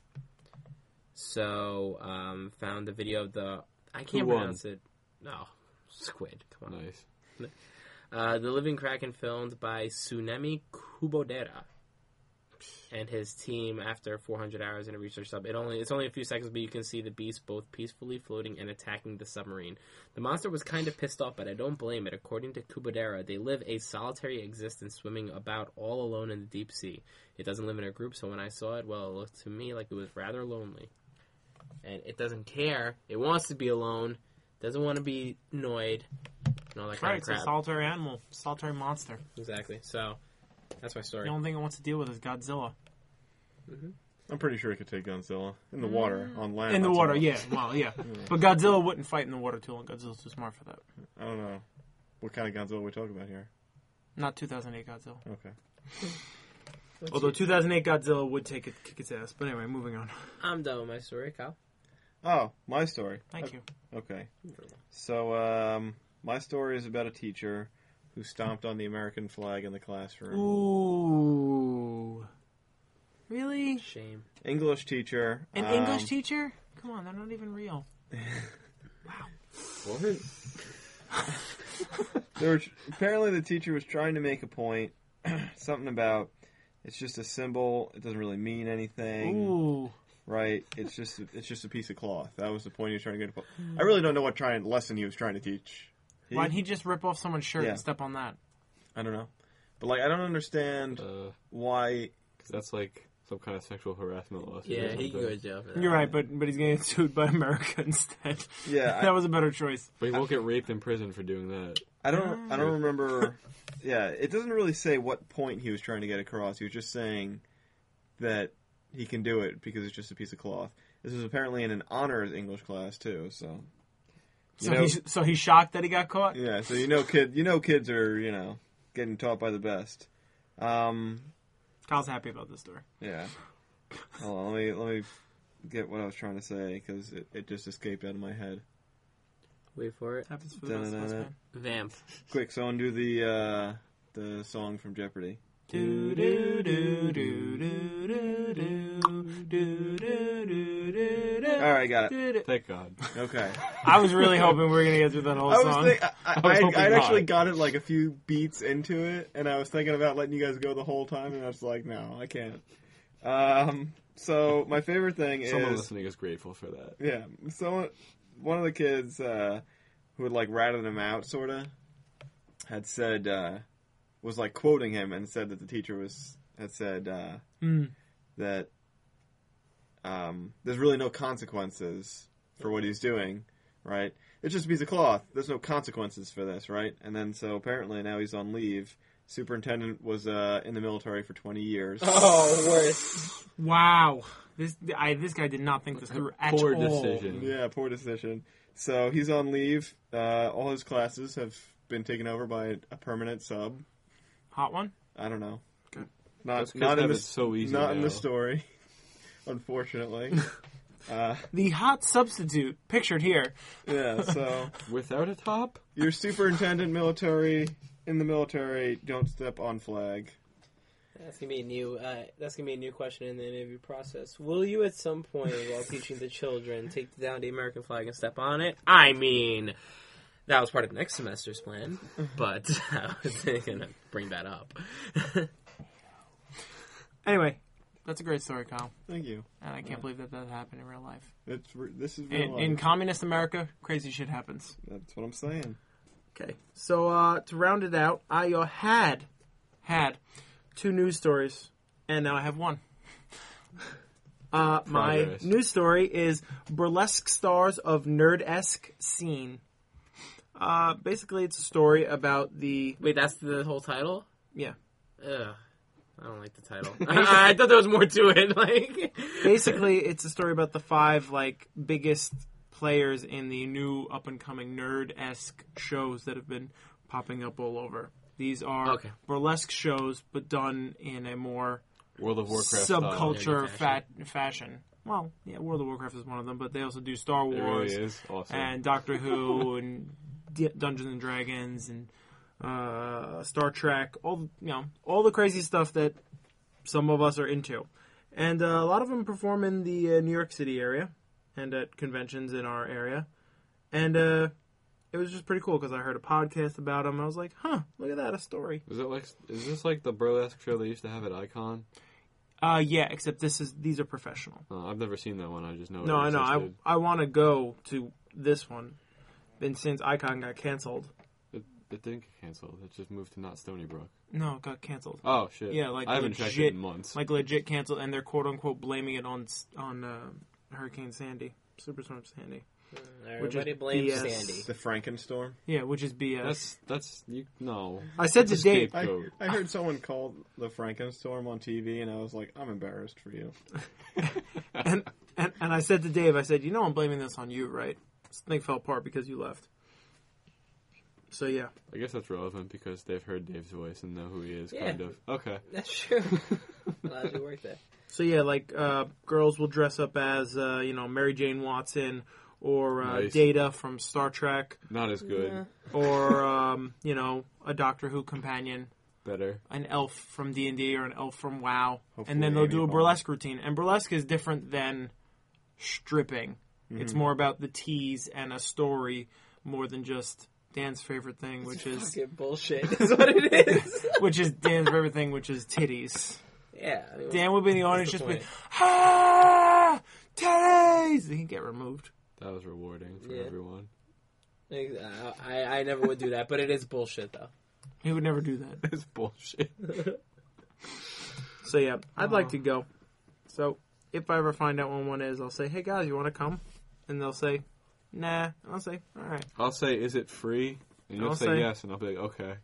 Speaker 4: So um, found the video of the I can't
Speaker 1: Who won?
Speaker 4: pronounce it. No, squid. Come on.
Speaker 1: Nice.
Speaker 4: Uh, the Living Kraken filmed by Tsunemi Kubodera and his team after 400 hours in a research sub. It only it's only a few seconds, but you can see the beast both peacefully floating and attacking the submarine. The monster was kind of pissed off, but I don't blame it. According to Kubodera, they live a solitary existence, swimming about all alone in the deep sea. It doesn't live in a group, so when I saw it, well, it looked to me like it was rather lonely. And it doesn't care. It wants to be alone. Doesn't want to be annoyed. And all that kind
Speaker 2: Right,
Speaker 4: of
Speaker 2: it's a
Speaker 4: crap.
Speaker 2: solitary animal, solitary monster.
Speaker 4: Exactly. So that's my story.
Speaker 2: The only thing it wants to deal with is Godzilla.
Speaker 3: I'm pretty sure it could take Godzilla in the water on land.
Speaker 2: In the
Speaker 3: that's
Speaker 2: water,
Speaker 3: all.
Speaker 2: yeah. Well, yeah. But Godzilla wouldn't fight in the water too long. Godzilla's too smart for that.
Speaker 3: I don't know what kind of Godzilla we talking about here.
Speaker 2: Not 2008 Godzilla.
Speaker 3: Okay.
Speaker 2: Although 2008 Godzilla would take it, kick its ass. But anyway, moving on.
Speaker 4: I'm done with my story, Kyle.
Speaker 3: Oh, my story.
Speaker 2: Thank you.
Speaker 3: Okay. So, um, my story is about a teacher who stomped on the American flag in the classroom.
Speaker 2: Ooh. Really?
Speaker 4: Shame.
Speaker 3: English teacher.
Speaker 2: An
Speaker 3: um,
Speaker 2: English teacher? Come on, they're not even real.
Speaker 1: What?
Speaker 3: There were, apparently, the teacher was trying to make a point. something about it's just a symbol. It doesn't really mean anything,
Speaker 2: Ooh.
Speaker 3: right? It's just it's just a piece of cloth. That was the point he was trying to get. I really don't know what trying lesson he was trying to teach. He-
Speaker 2: Why'd he just rip off someone's shirt
Speaker 3: Yeah.
Speaker 2: and step on that?
Speaker 3: I don't know, but like I don't understand
Speaker 1: Uh,
Speaker 3: why.
Speaker 1: 'cause that's like some kind of sexual harassment lawsuit. or
Speaker 4: Yeah, he can
Speaker 1: something.
Speaker 4: go to jail for that.
Speaker 2: You're right, but but he's getting sued by America instead.
Speaker 3: Yeah, I-
Speaker 2: that was a better choice.
Speaker 1: But he won't get raped in prison for doing that.
Speaker 3: I don't. I don't remember. yeah, it doesn't really say what point he was trying to get across. He was just saying that he can do it because it's just a piece of cloth. This was apparently in an honors English class too. So
Speaker 2: So
Speaker 3: know-
Speaker 2: he's so he's shocked that he got caught.
Speaker 3: yeah, so you know, kid, you know, kids are you know getting taught by the best. Um,
Speaker 2: Kyle's happy about this story.
Speaker 3: yeah. Hold on, let me let me get what I was trying to say because it, it just escaped out of my head.
Speaker 4: Wait for it.
Speaker 2: Happens for the best of us,
Speaker 3: Da-da-da-da.
Speaker 2: man.
Speaker 4: Vamp.
Speaker 3: Quick, so undo the uh, the song from Jeopardy.
Speaker 2: Do do do do do do do do do do do do.
Speaker 3: All right, got it.
Speaker 2: Do, do.
Speaker 1: Thank God.
Speaker 3: Okay.
Speaker 2: I was really hoping we were gonna get through that whole
Speaker 3: I was
Speaker 2: song.
Speaker 3: think- I, I,
Speaker 1: was
Speaker 3: I,
Speaker 1: hoping
Speaker 3: I'd
Speaker 1: not.
Speaker 3: actually got it like a few beats into it, and I was thinking about letting you guys go the whole time, and I was like, no, I can't. Um, so my favorite thing
Speaker 1: Someone
Speaker 3: is
Speaker 1: listening is grateful for that.
Speaker 3: yeah, someone one of the kids uh, who had like ratted him out, sort of, had said uh, was like quoting him and said that the teacher was had said uh,
Speaker 2: Hmm.
Speaker 3: that um, there's really no consequences for what he's doing, right? It's just a piece of cloth. There's no consequences for this, right? And then so apparently now he's on leave. Superintendent was uh, in the military for 20 years.
Speaker 4: Oh, worse.
Speaker 2: Wow, this I, this guy did not think this through at
Speaker 1: Poor
Speaker 2: all.
Speaker 1: decision.
Speaker 3: Yeah, poor decision. So he's on leave. Uh, all his classes have been taken over by a permanent sub.
Speaker 2: Hot one.
Speaker 3: I don't know.
Speaker 2: Okay.
Speaker 1: Those
Speaker 3: Not
Speaker 1: kids
Speaker 3: not
Speaker 1: have
Speaker 3: in the
Speaker 1: it so easy
Speaker 3: not in
Speaker 1: now.
Speaker 3: the story, unfortunately. uh,
Speaker 2: The hot substitute pictured here.
Speaker 3: yeah. So.
Speaker 1: Without a top?
Speaker 3: Your superintendent military in the military, don't step on flag.
Speaker 4: That's gonna be a new. Uh, that's gonna be a new question in the interview process. Will you, at some point, while teaching the children, take down the American flag and step on it? I mean, that was part of next semester's plan, but I was gonna bring that up.
Speaker 2: Anyway, that's a great story, Kyle,
Speaker 3: Thank you.
Speaker 2: and I can't believe that that happened in real life.
Speaker 3: It's re- this is real
Speaker 2: In,
Speaker 3: life.
Speaker 2: in communist America, crazy shit happens.
Speaker 3: That's what I'm saying.
Speaker 2: Okay, so uh, to round it out, I uh, had had two news stories, and now I have one. Uh, my
Speaker 1: Progress.
Speaker 2: news story is burlesque stars of nerd-esque scene. Uh, basically, it's a story about the
Speaker 4: Wait, that's the whole title.
Speaker 2: yeah.
Speaker 4: Ugh. I don't like the title. I, I thought there was more to it. Like,
Speaker 2: Basically, it's a story about the five like biggest players in the new up-and-coming nerd-esque shows that have been popping up all over. These are
Speaker 4: Okay.
Speaker 2: burlesque shows, but done in a more
Speaker 1: World of Warcraft
Speaker 2: uh,
Speaker 1: style.
Speaker 2: subculture
Speaker 4: Yeah, yeah,
Speaker 2: fat fashion. Well, yeah, World of Warcraft is one of them, but they also do Star
Speaker 1: It
Speaker 2: Wars
Speaker 1: really is awesome.
Speaker 2: and Doctor Who and D- Dungeons and Dragons and uh, Star Trek. All you know, all the crazy stuff that some of us are into, and uh, a lot of them perform in the uh, New York City area and at conventions in our area, and. uh it was just pretty cool because I heard a podcast about them. I was like, "Huh, look at that, a story."
Speaker 1: Is it like? Is this like the burlesque show they used to have at Icon?
Speaker 2: Uh, yeah, except this is these are professional.
Speaker 1: Uh, I've never seen that one. I just know.
Speaker 2: No,
Speaker 1: it
Speaker 2: I know. I,
Speaker 1: existed.
Speaker 2: I want to go to this one. And since Icon got canceled,
Speaker 1: It, it didn't get canceled. It just moved to not Stony Brook.
Speaker 2: no, it got canceled.
Speaker 1: Oh shit.
Speaker 2: Yeah, like
Speaker 1: I haven't checked it
Speaker 2: legit-
Speaker 1: in months.
Speaker 2: Like legit canceled, and they're quote unquote blaming it on s- on uh, Hurricane Sandy, Superstorm Sandy.
Speaker 4: everybody
Speaker 2: is
Speaker 4: blames
Speaker 2: BS.
Speaker 4: Sandy.
Speaker 3: The Frankenstorm.
Speaker 2: Yeah, which is BS.
Speaker 1: that's that's you. No.
Speaker 2: I said to
Speaker 1: That's
Speaker 2: Dave,
Speaker 1: escape.
Speaker 3: I,
Speaker 1: Go.
Speaker 3: I heard someone call the Frankenstorm on TV, and I was like, I'm embarrassed for you.
Speaker 2: and, and and I said to Dave, I said, you know, I'm blaming this on you, right? This thing fell apart because you left. So yeah,
Speaker 1: I guess that's relevant because they've heard Dave's voice and know who he is.
Speaker 4: Yeah.
Speaker 1: Kind of. Okay.
Speaker 4: That's true. Glad you worked there.
Speaker 2: So yeah, like uh, girls will dress up as uh, you know Mary Jane Watson or uh,
Speaker 1: Nice.
Speaker 2: Data from Star Trek
Speaker 1: Not as good.
Speaker 2: or um, you know a Doctor Who companion,
Speaker 1: Better.
Speaker 2: an elf from D and D or an elf from WoW,
Speaker 3: Hopefully
Speaker 2: and then they'll
Speaker 3: Amy
Speaker 2: do a
Speaker 3: Pond.
Speaker 2: burlesque routine. And burlesque is different than stripping. It's more about the tease and a story more than just Dan's favorite thing, which is
Speaker 4: Fucking bullshit is what it is.
Speaker 2: which is Dan's favorite thing, which is titties.
Speaker 4: yeah. I mean,
Speaker 2: Dan would be in the audience
Speaker 4: the
Speaker 2: just be,
Speaker 4: point?
Speaker 2: ah, titties! He'd get removed.
Speaker 1: That was rewarding for
Speaker 4: Yeah.
Speaker 1: everyone.
Speaker 4: I, uh, I- I never would do that, but it is bullshit though.
Speaker 2: He would never do that.
Speaker 1: It's bullshit.
Speaker 2: So yeah, I'd like to go. So if I ever find out when one is, I'll say, hey guys, you want to come? And they'll say, nah. And I'll say, all right.
Speaker 1: I'll say, is it free? And you'll
Speaker 2: I'll
Speaker 1: say,
Speaker 2: say-
Speaker 1: yes, and I'll be like, okay.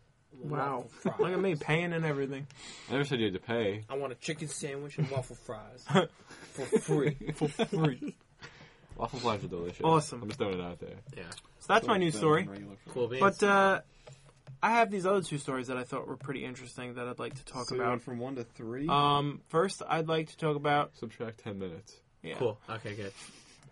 Speaker 2: Wow.
Speaker 4: Waffle
Speaker 2: Look at me
Speaker 4: fries.
Speaker 2: paying and everything
Speaker 1: I never said you had to pay.
Speaker 4: I want a chicken sandwich and waffle fries for free.
Speaker 2: for free.
Speaker 1: Waffle fries are delicious.
Speaker 2: Awesome.
Speaker 1: I'm just throwing it out there.
Speaker 2: so that's my new
Speaker 3: Better than
Speaker 2: story.
Speaker 3: regular fries.
Speaker 4: Cool beans.
Speaker 2: But uh, I have these other two stories that I thought were pretty interesting that I'd like to talk
Speaker 3: So you
Speaker 2: about.
Speaker 3: went from one to three.
Speaker 2: Um, first, I'd like to talk about.
Speaker 1: Subtract 10 minutes.
Speaker 2: Yeah.
Speaker 4: cool. Okay, good.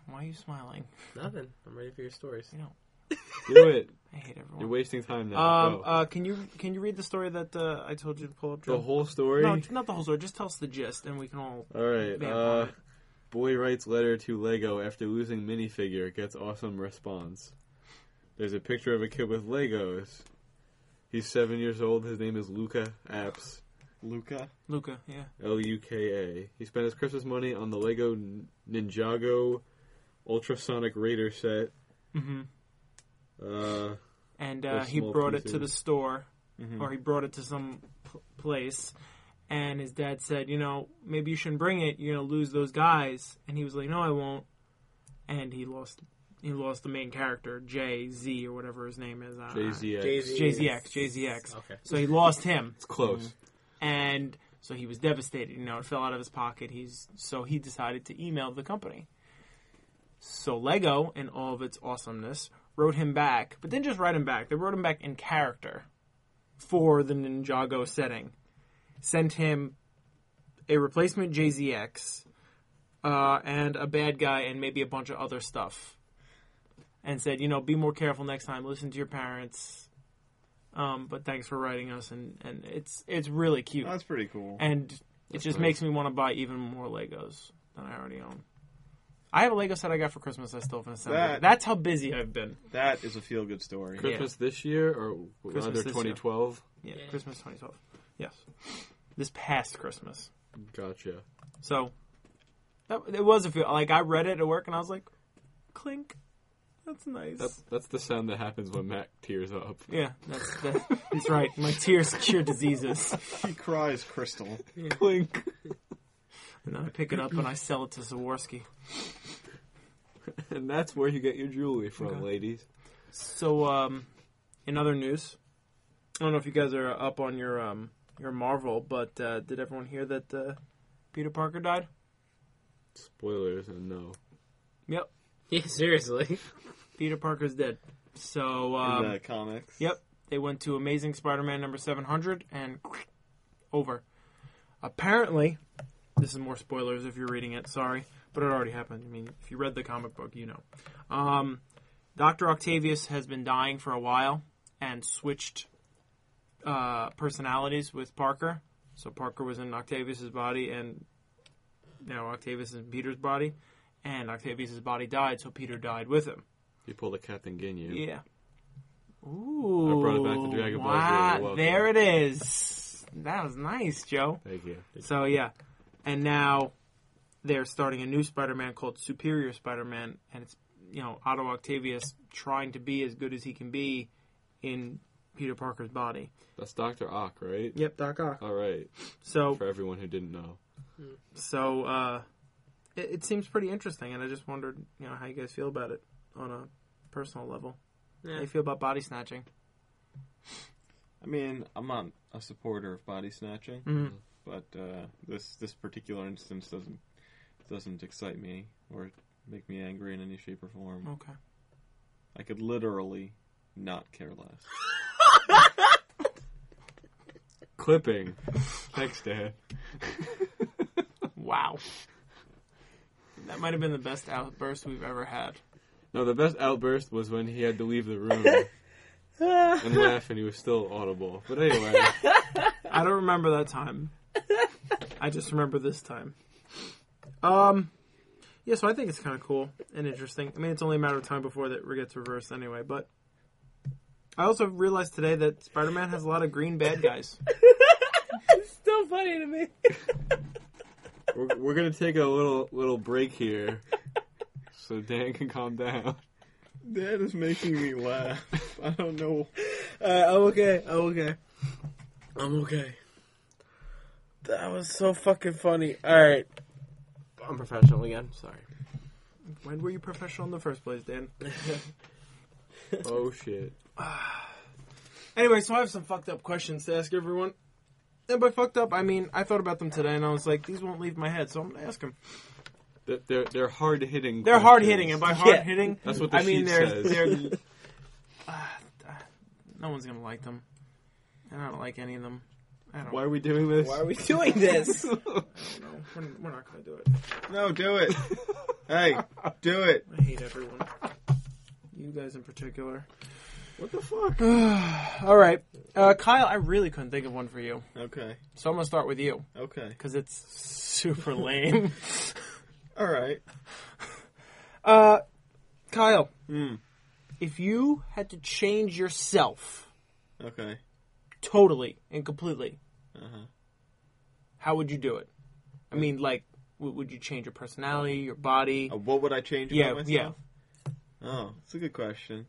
Speaker 2: Why are you smiling?
Speaker 4: Nothing. I'm ready for your stories.
Speaker 1: Do it.
Speaker 2: I hate everyone.
Speaker 1: You're wasting time now.
Speaker 2: Um,
Speaker 1: Go.
Speaker 2: uh, can you can you read the story that uh, I told you to pull up? Joe?
Speaker 1: the whole story?
Speaker 2: no, not the whole story. Just tell us the gist, and we can all.
Speaker 1: All right.
Speaker 2: Vamp
Speaker 1: Uh,
Speaker 2: on it.
Speaker 1: boy writes letter to Lego after losing minifigure. Gets awesome response. There's a picture of a kid with Legos. He's seven years old. His name is Luca Apps.
Speaker 3: Luca.
Speaker 2: Luca, yeah,
Speaker 1: L U K A. He spent his Christmas money on the Lego N- Ninjago Ultrasonic Raider set.
Speaker 2: mm-hmm.
Speaker 1: Uh,
Speaker 2: and
Speaker 1: They're
Speaker 2: uh, he
Speaker 1: small
Speaker 2: brought it to
Speaker 1: pieces. Mm-hmm.
Speaker 2: the store,
Speaker 3: Mhm.
Speaker 2: or he brought it to some pl- place, and his dad said, "You know, maybe you shouldn't bring it. You're gonna lose those guys." And he was like, "No, I won't." And he lost. He lost the main character, Jay Z or whatever his name is. Uh,
Speaker 1: Jay Z.
Speaker 4: Jay-Z.
Speaker 2: Jay Z X. Jay Z X.
Speaker 4: Okay.
Speaker 2: So he lost him.
Speaker 1: It's close.
Speaker 2: Mm-hmm. and so he was devastated. You know, it fell out of his pocket. He's so he decided to email the company. So Lego, in all of its awesomeness, wrote him back, but didn't just write him back. They wrote him back in character for the Ninjago setting. Sent him a replacement JZX uh, and a bad guy and maybe a bunch of other stuff. And said, you know, be more careful next time. Listen to your parents. Um, but thanks for writing us, and, and it's it's really cute
Speaker 3: That's pretty cool.
Speaker 2: and it just
Speaker 1: nice.
Speaker 2: makes me want to buy even more Legos than I already own. I have a Lego set I got for Christmas. I still haven't assembled.
Speaker 3: That-
Speaker 2: it. That's how busy I've been.
Speaker 3: That is a feel-good story.
Speaker 1: Christmas this year or
Speaker 2: Christmas
Speaker 1: rather
Speaker 2: this year.
Speaker 1: 2012?
Speaker 2: Yeah,
Speaker 4: Yeah.
Speaker 2: Christmas 2012. Yes, this past Christmas.
Speaker 1: Gotcha.
Speaker 2: So that, it was a feel like I read it at work and I was like, clink. That's nice.
Speaker 1: That's that's the sound that happens when Mac tears up.
Speaker 2: yeah, that's, that's, that's right. My tears cure diseases.
Speaker 3: He cries, Crystal.
Speaker 1: Clink.
Speaker 2: And then I pick it up and I sell it to Zaworski.
Speaker 1: And that's where you get your jewelry from,
Speaker 2: Okay.
Speaker 1: ladies.
Speaker 2: So, um, in other news, I don't know if you guys are up on your um, your Marvel, but uh, did everyone hear that uh, Peter Parker died?
Speaker 1: Spoilers and no.
Speaker 2: Yep,
Speaker 4: Yeah, seriously.
Speaker 2: Peter Parker's dead. So um,
Speaker 3: in the comics.
Speaker 2: Yep. They went to Amazing Spider-Man number 700 and over. Apparently, this is more spoilers if you're reading it, sorry, but it already happened. I mean, if you read the comic book, you know. Um, Dr. Octavius has been dying for a while and switched uh, personalities with Parker. So Parker was in Octavius's body and now Octavius is in Peter's body and Octavius's body died, so Peter died with him.
Speaker 1: You pulled a Captain Ginyu.
Speaker 2: Yeah. Ooh.
Speaker 1: I brought it back to Dragon Ball Z.
Speaker 2: wow,
Speaker 1: You're welcome.
Speaker 2: There it is. That was nice, Joe.
Speaker 1: Thank you.
Speaker 2: So yeah, and now they're starting a new Spider-Man called Superior Spider-Man, and it's you know Otto Octavius trying to be as good as he can be in Peter Parker's body.
Speaker 1: That's Doctor Ock, right?
Speaker 2: Yep, Doc Ock.
Speaker 1: All right.
Speaker 2: So
Speaker 1: For everyone who didn't know,
Speaker 2: so uh, it, it seems pretty interesting, and I just wondered you know how you guys feel about it on a personal level. How
Speaker 4: Yeah.
Speaker 2: you feel about body snatching?
Speaker 3: I mean, I'm not a supporter of body snatching,
Speaker 2: Mhm.
Speaker 3: but uh, this this particular instance doesn't doesn't excite me or make me angry in any shape or form.
Speaker 2: Okay.
Speaker 3: I could literally not care less.
Speaker 1: clipping. Thanks, Dad.
Speaker 2: Wow. That might have been the best outburst we've ever had.
Speaker 1: No, the best outburst was when he had to leave the room and laugh, and he was still audible. But anyway,
Speaker 2: I don't remember that time. I just remember this time. Um, yeah, so I think it's kind of cool and interesting. I mean, it's only a matter of time before that gets reversed anyway, but I also realized today that Spider Man has a lot of green bad guys.
Speaker 4: it's still funny to me.
Speaker 1: we're, we're gonna take a little little break here, so Dan can calm down.
Speaker 3: That is making me laugh. I don't know.
Speaker 4: Alright, I'm okay. I'm okay. I'm okay. That was so fucking funny. Alright. I'm professional again. Sorry.
Speaker 2: When were you professional in the first place, Dan?
Speaker 1: Oh shit!
Speaker 2: Anyway, so I have some fucked up questions to ask everyone. And by fucked up, I mean I thought about them today, and I was like, these won't leave my head, so I'm gonna ask them.
Speaker 1: They're they're, they're hard hitting.
Speaker 2: They're hard hitting, and by hard hitting,
Speaker 1: That's what the
Speaker 2: I mean
Speaker 1: sheet
Speaker 2: they're
Speaker 1: says.
Speaker 2: they're. Ah, ah, no one's gonna like them, and I don't like any of them. I don't.
Speaker 1: why are we doing this?
Speaker 4: Why are we doing this?
Speaker 2: know. We're, we're not gonna do it.
Speaker 3: No, do it. hey, do it.
Speaker 2: I hate everyone. You guys in particular.
Speaker 1: what the fuck?
Speaker 2: All right, uh, Kyle. I really couldn't think of one for you,
Speaker 3: Okay.
Speaker 2: so I'm gonna start with you
Speaker 3: Okay.
Speaker 2: because it's super lame.
Speaker 3: All right.
Speaker 2: Uh, Kyle,
Speaker 3: Hmm.
Speaker 2: if you had to change yourself
Speaker 3: Okay.
Speaker 2: totally and completely,
Speaker 3: Uh-huh.
Speaker 2: how would you do it? I mean, like, w- would you change your personality, your body?
Speaker 3: Uh, what would I change
Speaker 2: yeah,
Speaker 3: about myself?
Speaker 2: yeah.
Speaker 3: Oh, that's a good question.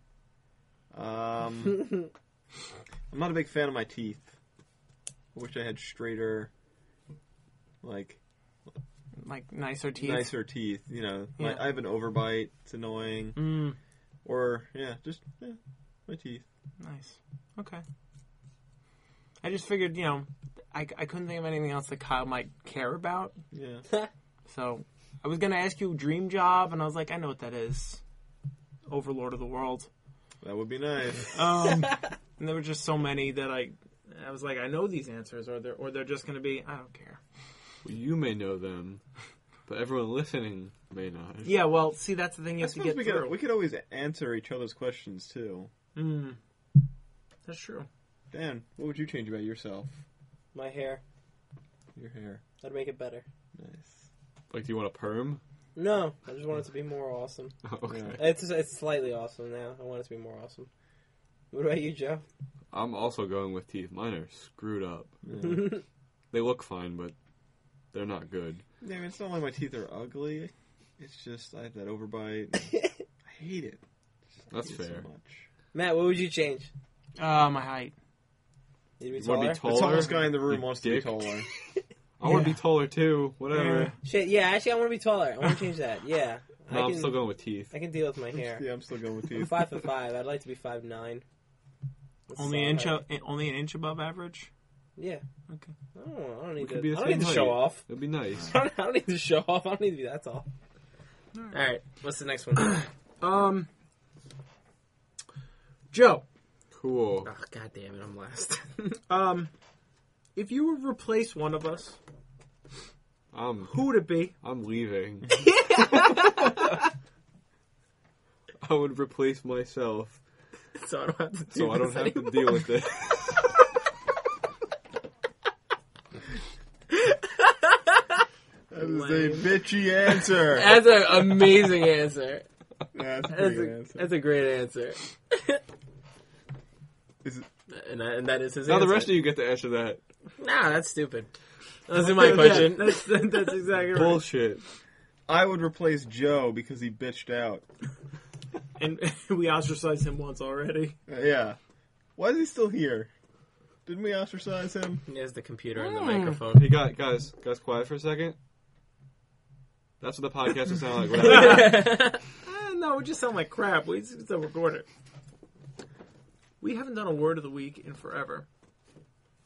Speaker 3: Um, I'm not a big fan of my teeth. I wish I had straighter, like
Speaker 2: Like nicer teeth.
Speaker 3: nicer teeth. You know, my,
Speaker 2: Yeah.
Speaker 3: I have an overbite. It's annoying.
Speaker 2: Mm,
Speaker 3: Or yeah, just yeah, my teeth.
Speaker 2: nice. Okay. I just figured, you know, I, I couldn't think of anything else that Kyle might care about,
Speaker 3: Yeah.
Speaker 2: so I was gonna ask you dream job, and I was like, I know what that is. Overlord of the world.
Speaker 3: That would be nice.
Speaker 2: Um, and there were just so many that I, I was like, I know these answers, or they're or they're just gonna be, I don't care.
Speaker 1: You may know them, but everyone listening may not.
Speaker 2: Yeah, well, see, that's the thing you
Speaker 3: I
Speaker 2: have to
Speaker 3: suppose
Speaker 2: get
Speaker 3: we
Speaker 2: through.
Speaker 3: could, we could always answer each other's questions too.
Speaker 2: Mm. That's true.
Speaker 3: Dan, what would you change about yourself?
Speaker 4: My hair.
Speaker 3: Your hair.
Speaker 4: That'd make it better.
Speaker 3: Nice.
Speaker 1: Like, do you want a perm?
Speaker 4: No, I just want it to be more awesome.
Speaker 1: Oh, okay.
Speaker 3: Yeah.
Speaker 4: It's it's slightly awesome now. I want it to be more awesome. What about you, Joe?
Speaker 1: I'm also going with teeth. Mine are screwed up.
Speaker 3: Yeah.
Speaker 4: That's
Speaker 1: They look fine, but they're not good.
Speaker 3: Yeah, I mean, it's not like my teeth are ugly. It's just I have that overbite. I hate it. I
Speaker 1: That's
Speaker 3: hate it so
Speaker 1: fair.
Speaker 3: much.
Speaker 4: Matt, what would you change?
Speaker 2: Uh, my height.
Speaker 4: You'd be
Speaker 1: You wanna
Speaker 4: taller.
Speaker 1: be
Speaker 3: The
Speaker 1: Taller?
Speaker 3: tallest guy in the room
Speaker 1: You
Speaker 3: wants
Speaker 1: dick.
Speaker 3: to be taller.
Speaker 1: I want to
Speaker 2: Yeah.
Speaker 1: be taller too. Whatever.
Speaker 2: Yeah.
Speaker 4: Shit, yeah. Actually, I want to be taller. I want to change that. Yeah,
Speaker 1: No,
Speaker 4: I
Speaker 1: I'm
Speaker 4: can.
Speaker 1: still going with teeth.
Speaker 4: I can deal with my hair.
Speaker 3: yeah, I'm still going with
Speaker 4: I'm
Speaker 3: teeth.
Speaker 4: five for five. I'd like to be five nine.
Speaker 2: Only an inch. o- Only an inch above average.
Speaker 4: Yeah.
Speaker 2: Okay.
Speaker 4: I don't, I don't need
Speaker 1: could
Speaker 4: to.
Speaker 1: be the
Speaker 4: I don't need
Speaker 1: same
Speaker 4: to show
Speaker 1: height.
Speaker 4: off.
Speaker 1: It'd be nice.
Speaker 4: I don't, I don't need to show off. I don't need to be that tall. All right. What's the next one? oh
Speaker 2: Um. Joe,
Speaker 1: Cool.
Speaker 4: God damn it! I'm last.
Speaker 2: um, if you would replace one of us,
Speaker 1: I'm
Speaker 2: who would it be?
Speaker 1: I'm leaving. I would replace myself
Speaker 4: so I don't have to. Do
Speaker 1: so I don't
Speaker 4: this
Speaker 1: have
Speaker 4: anymore.
Speaker 1: to deal with it.
Speaker 3: That is a bitchy answer.
Speaker 4: That's an amazing answer.
Speaker 3: That's a pretty
Speaker 4: That's
Speaker 3: good
Speaker 4: a,
Speaker 3: answer.
Speaker 4: that's a great answer.
Speaker 3: Is it-
Speaker 4: and, I, and that is his
Speaker 1: now
Speaker 4: answer.
Speaker 1: the rest of you get to answer that.
Speaker 4: Nah, that's stupid. That's my question.
Speaker 2: Yeah, that's, that's exactly right.
Speaker 1: Bullshit.
Speaker 3: I would replace Joe because he bitched out.
Speaker 2: And we ostracized him once already.
Speaker 3: Uh, yeah. Why is he still here? Didn't we ostracize him?
Speaker 4: There's the computer and the
Speaker 2: Mm.
Speaker 4: microphone.
Speaker 1: Hey guys, guys, guys, quiet for a second. That's what the podcast will sound like. without-
Speaker 2: Uh, no, we just sound like crap. We just don't record it. We haven't done a word of the week in forever.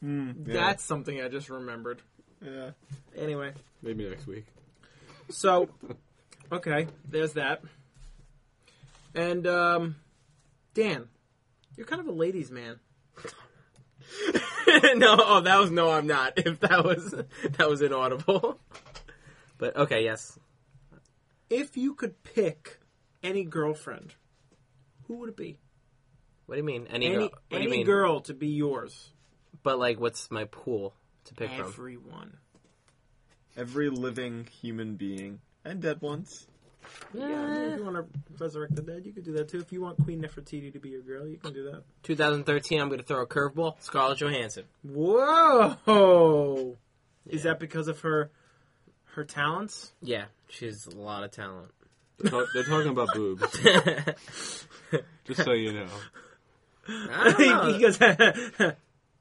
Speaker 3: Hmm. yeah.
Speaker 2: That's something I just remembered.
Speaker 3: yeah.
Speaker 2: Anyway,
Speaker 1: Maybe next week.
Speaker 2: so okay, there's that. And um, Dan, you're kind of a ladies' man.
Speaker 4: no, oh, that was no, I'm not. If that was that was inaudible. But okay, yes.
Speaker 2: If you could pick any girlfriend, who would it be?
Speaker 4: What do you mean? Any,
Speaker 2: Any
Speaker 4: girl? What do
Speaker 2: any
Speaker 4: you mean?
Speaker 2: girl to be yours.
Speaker 4: But like, what's my pool to pick from?
Speaker 2: Everyone.
Speaker 3: Every living human being and dead ones.
Speaker 2: Yeah, I mean, if you want to resurrect the dead, you could do that too. If you want Queen Nefertiti to be your girl, you can do that.
Speaker 4: 2013. I'm going to throw a curveball. Scarlett Johansson.
Speaker 2: Whoa! Is that because of her her talents?
Speaker 4: Yeah, she's a lot of talent.
Speaker 1: They're, talk- they're talking about boobs,
Speaker 4: I
Speaker 1: just so you know.
Speaker 4: don't know.
Speaker 2: he goes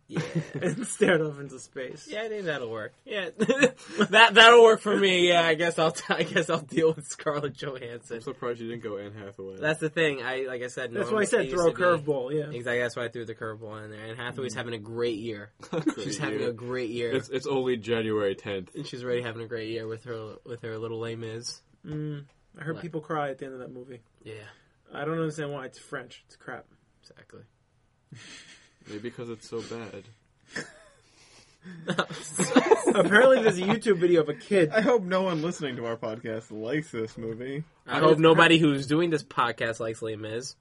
Speaker 4: yeah.
Speaker 2: and stared off into space.
Speaker 4: yeah, I think that'll work. Yeah, that that'll work for me. Yeah, I guess I'll t- I guess I'll deal with Scarlett Johansson.
Speaker 1: I'm surprised you didn't go Anne Hathaway.
Speaker 4: That's the thing. I like I said.
Speaker 2: That's
Speaker 4: Norma
Speaker 2: why I said
Speaker 4: used
Speaker 2: throw a
Speaker 4: to be-
Speaker 2: curveball. Yeah.
Speaker 4: Exactly. That's why I threw the curveball in there. And Hathaway's having a great year. She's having a great year.
Speaker 1: It's it's only January 10th.
Speaker 4: and she's already having a great year with her with her little lame is.
Speaker 2: Mm, I heard
Speaker 4: What?
Speaker 2: people cry at the end of that movie.
Speaker 4: Yeah,
Speaker 2: I don't understand why. It's French. It's crap.
Speaker 4: exactly.
Speaker 1: Maybe because it's so bad.
Speaker 2: Apparently, there's a YouTube video of a kid.
Speaker 3: I hope no one listening to our podcast likes this movie.
Speaker 4: I hope nobody who's doing this podcast likes Les Mis.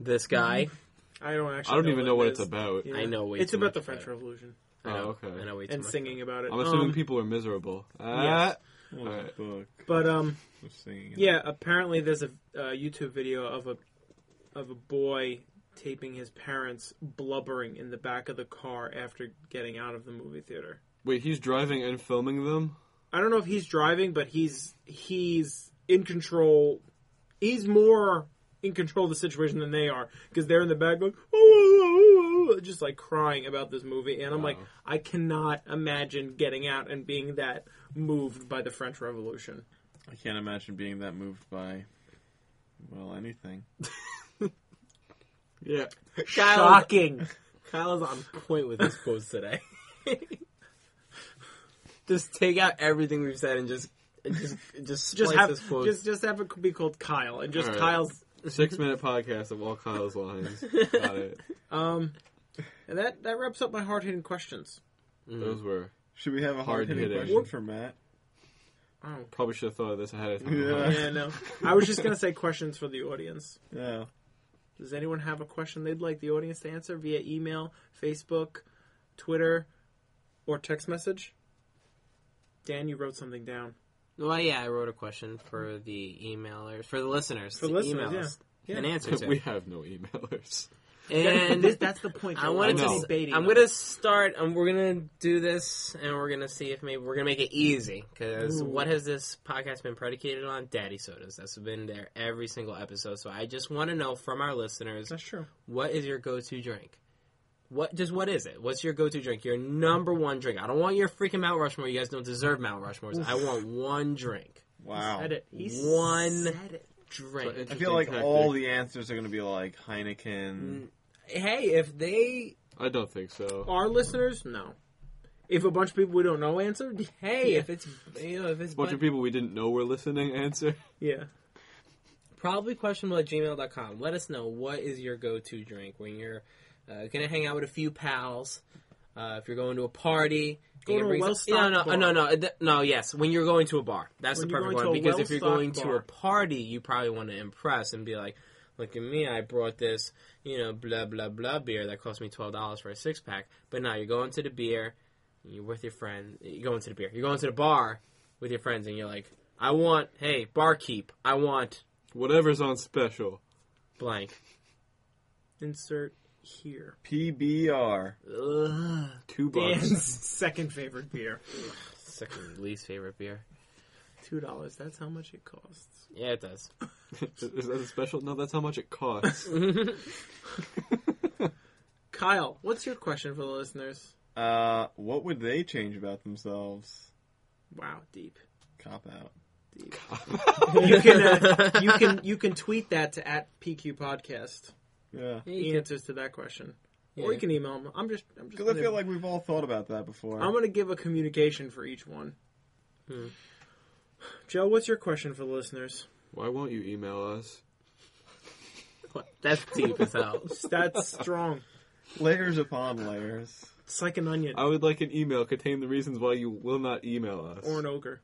Speaker 4: This guy,
Speaker 2: I don't actually.
Speaker 1: I don't even know what
Speaker 2: it
Speaker 1: it's
Speaker 2: is.
Speaker 1: about.
Speaker 2: Yeah.
Speaker 4: I know. Way
Speaker 2: It's
Speaker 4: too
Speaker 2: about
Speaker 4: much
Speaker 2: the French Revolution
Speaker 1: Oh,
Speaker 4: I know,
Speaker 1: okay.
Speaker 4: I know way too
Speaker 2: and
Speaker 4: much.
Speaker 2: singing about it.
Speaker 1: I'm assuming
Speaker 2: Um,
Speaker 1: people are miserable. Ah,
Speaker 2: yes.
Speaker 3: What was
Speaker 1: Alright.
Speaker 3: the book
Speaker 2: But um,
Speaker 3: was singing?
Speaker 2: yeah. Apparently, there's a uh, YouTube video of a of a boy taping his parents blubbering in the back of the car after getting out of the movie theater.
Speaker 1: Wait, he's driving and filming them?
Speaker 2: I don't know if he's driving, but he's he's in control. He's more in control of the situation than they are because they're in the back going, "Oh, oh, oh, oh," just like crying about this movie. And I'm like,
Speaker 1: Wow.
Speaker 2: I cannot imagine getting out and being that moved by the French Revolution.
Speaker 3: I can't imagine being that moved by, well, anything.
Speaker 1: Yeah.
Speaker 4: Kyle,
Speaker 2: Shocking.
Speaker 4: Kyle's on point with his quotes today. just take out everything we've said and just and just just
Speaker 2: Just
Speaker 4: splice
Speaker 2: have
Speaker 4: his quotes.
Speaker 2: just just have it be called Kyle and just
Speaker 1: All right.
Speaker 2: Kyle's
Speaker 1: Six minute podcast of all Kyle's lines. Got it.
Speaker 2: um. And that that wraps up my hard hitting questions.
Speaker 4: Hmm. Mm.
Speaker 1: Those were.
Speaker 3: Should we have a hard hitting
Speaker 1: Hard-hitting.
Speaker 3: question for Matt?
Speaker 2: Oh.
Speaker 1: Probably should have thought of this ahead of time.
Speaker 3: Yeah.
Speaker 2: Yeah, no. I was just gonna say questions for the audience.
Speaker 3: Yeah.
Speaker 2: Does anyone have a question they'd like the audience to answer via email, Facebook, Twitter, or text message? Dan, you wrote something down.
Speaker 4: well, yeah, I wrote a question for the emailers, for the listeners,
Speaker 2: For
Speaker 4: to
Speaker 2: listeners,
Speaker 4: email us
Speaker 2: yeah.
Speaker 4: an answer to.
Speaker 1: we have no emailers.
Speaker 4: And
Speaker 2: this, that's the point.
Speaker 4: I wanted
Speaker 1: I
Speaker 4: to.
Speaker 1: know.
Speaker 4: s- I'm gonna start. Um, we're gonna do this, and we're gonna see if maybe we're gonna make it easy. Because
Speaker 2: Ooh.
Speaker 4: what has this podcast been predicated on? Daddy sodas. That's been there every single episode. So I just want to know from our listeners,
Speaker 2: That's true.
Speaker 4: what is your go-to drink? What just what is it? What's your go-to drink? Your number one drink. I don't want your freaking Mount Rushmore. You guys don't deserve Mount Rushmores. I want one drink.
Speaker 3: Wow.
Speaker 2: Said it. He
Speaker 4: One
Speaker 2: said it.
Speaker 4: Drink.
Speaker 1: But
Speaker 3: I feel like all the answers are going to be like
Speaker 2: Mm.
Speaker 3: Heineken.
Speaker 4: Mm, hey, if they
Speaker 1: I don't think so.
Speaker 2: Our listeners, no. If a bunch of people we don't know answered,
Speaker 4: hey,
Speaker 2: Yeah.
Speaker 4: if it's you know if it's
Speaker 1: A bunch of people we didn't know were listening answer.
Speaker 2: yeah.
Speaker 4: probably questionable at gmail.com let us know what is your go-to drink when you're uh, gonna hang out with a few pals uh, if you're going to a party
Speaker 2: Go
Speaker 4: and it
Speaker 2: to a
Speaker 4: brings-
Speaker 2: well-stocked
Speaker 4: no, no,
Speaker 2: bar.
Speaker 4: no, no, th- no. Yes, when you're going to a bar, that's
Speaker 2: When
Speaker 4: the
Speaker 2: you're
Speaker 4: perfect
Speaker 2: going
Speaker 4: one.
Speaker 2: to a
Speaker 4: Because if you're going
Speaker 2: well-stocked
Speaker 4: to a
Speaker 2: bar.
Speaker 4: party, you probably want to impress and be like, "Look at me, I brought this, you know, blah blah blah beer that cost me twelve dollars for a six pack." But now you're going to the beer, and you're with your friend. You're going to the beer. You're going to the bar with your friends, and you're like, "I want, hey, barkeep, I want
Speaker 1: Whatever's on special.
Speaker 4: blank."
Speaker 2: Insert here.
Speaker 3: PBR.
Speaker 4: Ugh,
Speaker 1: Two bucks.
Speaker 2: Dan's second favorite beer.
Speaker 4: second least favorite beer.
Speaker 2: Two dollars. That's how much it costs.
Speaker 4: Yeah, it does.
Speaker 1: is, is that a special? No, that's how much it costs.
Speaker 2: Kyle, what's your question for the listeners?
Speaker 3: Uh, what would they change about themselves?
Speaker 2: Wow, deep.
Speaker 3: Cop out.
Speaker 2: you can uh, you can you can tweet that to at PQ Podcast.
Speaker 3: Yeah.
Speaker 2: The answers to that question, or you can email them. I'm just I'm just
Speaker 3: Because I
Speaker 2: gonna,
Speaker 3: feel like we've all thought about that before.
Speaker 2: I'm gonna give a communication for each one. Joe, what's your question for the listeners?
Speaker 1: Why won't you email us?
Speaker 4: That's deep as hell.
Speaker 2: That's strong.
Speaker 3: Layers upon layers.
Speaker 2: It's
Speaker 3: Oh.
Speaker 2: like an onion
Speaker 1: I would like an email containing the reasons why you will not email us.
Speaker 2: or an ogre.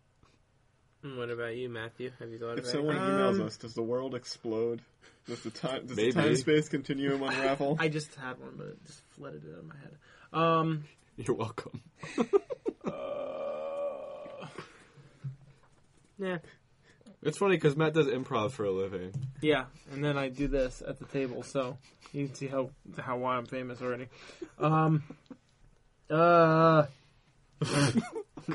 Speaker 4: And What about you, Matthew? Have you thought
Speaker 3: If
Speaker 4: about
Speaker 3: someone
Speaker 4: it?
Speaker 3: emails
Speaker 2: Um,
Speaker 3: us, does the world explode? Does the time does
Speaker 1: Maybe.
Speaker 3: the time space continuum unravel?
Speaker 2: I just had one, but it just flooded it out of my head. Um,
Speaker 1: You're welcome.
Speaker 3: Uh.
Speaker 4: Yeah.
Speaker 1: It's funny because Matt does improv for a living.
Speaker 2: yeah, and then I do this at the table, so you can see how how why I'm famous already. Um, uh,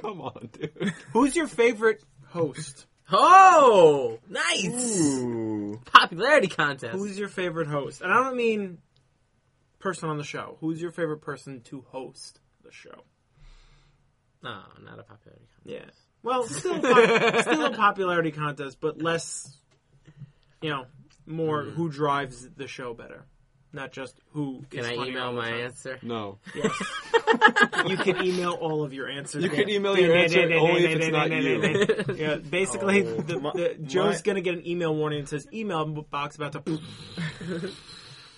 Speaker 1: Come on, dude.
Speaker 2: who's your favorite host?
Speaker 4: Oh, nice
Speaker 3: Ooh.
Speaker 4: popularity contest.
Speaker 2: Who's your favorite host? And I don't mean person on the show. Who's your favorite person to host the show?
Speaker 4: No, not a popularity contest.
Speaker 2: Yeah. Well, still a pop- still a popularity contest, but less, you know, more
Speaker 4: Hmm.
Speaker 2: who drives the show better, not just who.
Speaker 4: Can
Speaker 2: is
Speaker 4: I
Speaker 2: funny
Speaker 4: email
Speaker 2: all the
Speaker 4: my
Speaker 2: time.
Speaker 4: answer?
Speaker 1: No.
Speaker 2: You can email all of your answers.
Speaker 1: You can email your answer only if it's not you.
Speaker 2: Yeah, basically,
Speaker 3: Oh.
Speaker 2: the,
Speaker 3: My-
Speaker 2: the, Joe's
Speaker 3: my-
Speaker 2: gonna get an email warning that says "email box about to."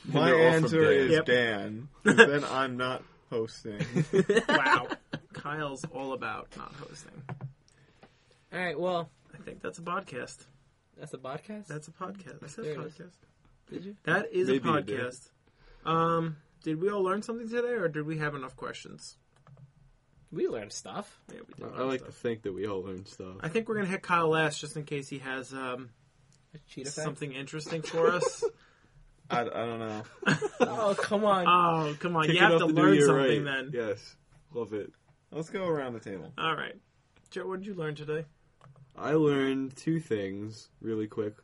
Speaker 3: My
Speaker 1: they're all from
Speaker 3: answer
Speaker 1: Dan.
Speaker 3: is
Speaker 2: Yep.
Speaker 3: Dan. 'cause then I'm not hosting.
Speaker 2: wow, Kyle's all about not hosting.
Speaker 4: All right. Well,
Speaker 2: I think that's a podcast.
Speaker 4: that's a podcast.
Speaker 2: That's a podcast. I said
Speaker 4: There it is.
Speaker 2: podcast.
Speaker 4: Did you?
Speaker 2: That is
Speaker 1: Maybe
Speaker 2: a
Speaker 1: you did.
Speaker 2: podcast. Um, did we all learn something today, or did we have enough questions?
Speaker 4: We learned stuff.
Speaker 2: Yeah, we did.
Speaker 1: I
Speaker 2: learn
Speaker 1: like to
Speaker 2: stuff.
Speaker 1: think that we all learned stuff.
Speaker 2: I think we're gonna hit Kyle last, just in case he has um,
Speaker 4: A cheetah fact.
Speaker 2: something interesting for us.
Speaker 3: I, I don't know.
Speaker 4: Oh come on.
Speaker 2: oh, come on!
Speaker 1: Kick
Speaker 2: you
Speaker 1: it
Speaker 2: have
Speaker 1: up
Speaker 2: to
Speaker 1: the new
Speaker 2: learn
Speaker 1: year
Speaker 2: something then.
Speaker 1: right. Yes. Love it.
Speaker 3: Let's go around the table.
Speaker 2: All right, Joe. What did you learn today?
Speaker 1: I learned two things really quick.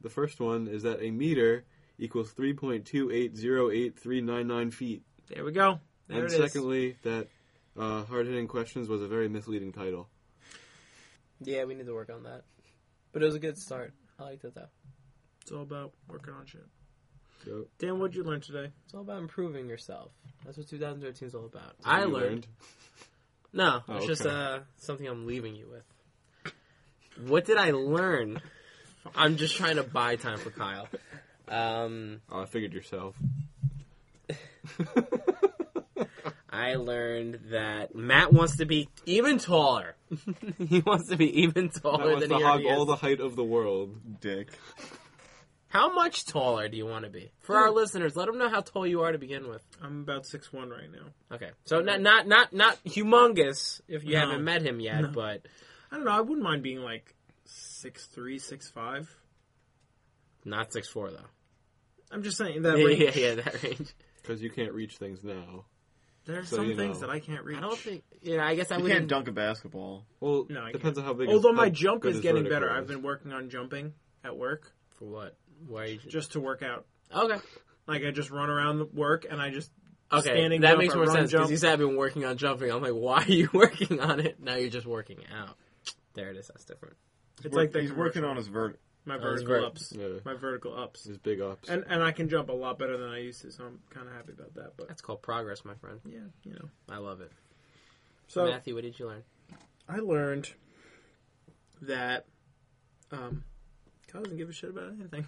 Speaker 1: The first one is that a meter equals 3.2808399 feet.
Speaker 2: There we go. There
Speaker 1: and
Speaker 2: it is.
Speaker 1: secondly, that uh, Hard Hitting Questions was a very misleading title.
Speaker 4: yeah, we need to work on that. But it was a good start. I liked it though.
Speaker 2: it's all about working on shit.
Speaker 1: So,
Speaker 2: Dan, what did you learn today?
Speaker 4: It's all about improving yourself. That's what 2013 is all about.
Speaker 1: what
Speaker 4: I
Speaker 1: you
Speaker 4: learned. No,
Speaker 1: Oh,
Speaker 4: it's just
Speaker 1: okay.
Speaker 4: uh, something I'm leaving you with. What did I learn? I'm just trying to buy time for Kyle. Um,
Speaker 1: Oh, I figured yourself.
Speaker 4: I learned that Matt wants to be even taller. he wants to be even
Speaker 1: That
Speaker 4: taller
Speaker 1: wants
Speaker 4: than
Speaker 1: to
Speaker 4: he
Speaker 1: hog
Speaker 4: already
Speaker 1: all
Speaker 4: is.
Speaker 1: the height of the world.
Speaker 3: Dick.
Speaker 4: How much taller do you want to be? For our listeners, let them know how tall you are to begin with.
Speaker 2: I'm about six one right now.
Speaker 4: Okay, so not not not not humongous if you
Speaker 2: No.
Speaker 4: haven't met him yet,
Speaker 2: No.
Speaker 4: but
Speaker 2: I don't know. I wouldn't mind being like six three, six five.
Speaker 4: not six four though.
Speaker 2: I'm just saying that.
Speaker 4: yeah,
Speaker 2: range.
Speaker 4: yeah, yeah, that range.
Speaker 1: Because you can't reach things now.
Speaker 2: There are
Speaker 1: So,
Speaker 2: some
Speaker 1: you
Speaker 2: things
Speaker 1: know.
Speaker 2: that I can't reach.
Speaker 4: I don't think. Yeah, I guess I
Speaker 3: You
Speaker 4: wouldn't.
Speaker 3: can't dunk a basketball.
Speaker 1: Well,
Speaker 2: No, I
Speaker 1: depends on how big.
Speaker 2: Although
Speaker 1: his-
Speaker 2: my
Speaker 1: how
Speaker 2: jump
Speaker 1: good
Speaker 2: is
Speaker 1: his
Speaker 2: getting
Speaker 1: vertical
Speaker 2: better.
Speaker 1: is.
Speaker 2: I've been working on jumping at work
Speaker 4: For what? Why are you?
Speaker 2: just to work out.
Speaker 4: Okay.
Speaker 2: Like I just run around the work and I just
Speaker 4: Okay,
Speaker 2: standing
Speaker 4: that
Speaker 2: jump
Speaker 4: makes
Speaker 2: or
Speaker 4: more
Speaker 2: run
Speaker 4: sense
Speaker 2: jump.
Speaker 4: because you said I've been working on jumping. I'm like, why are you working on it? Now you're just working out. There it is. That's different.
Speaker 3: He's,
Speaker 2: It's
Speaker 3: work-
Speaker 2: like that
Speaker 3: he's working
Speaker 2: commercial.
Speaker 3: on his vert.
Speaker 2: my
Speaker 4: Oh, it's
Speaker 2: vertical
Speaker 4: vert-
Speaker 2: ups.
Speaker 1: Yeah.
Speaker 2: My vertical ups.
Speaker 1: His big ups.
Speaker 2: And and I can jump a lot better than I used to, so I'm kind of happy about that. But
Speaker 4: That's called progress, my friend.
Speaker 2: yeah, you know.
Speaker 4: I love it.
Speaker 2: So
Speaker 4: Matthew, what did you learn?
Speaker 2: I learned that um, Kyle doesn't give a shit about anything.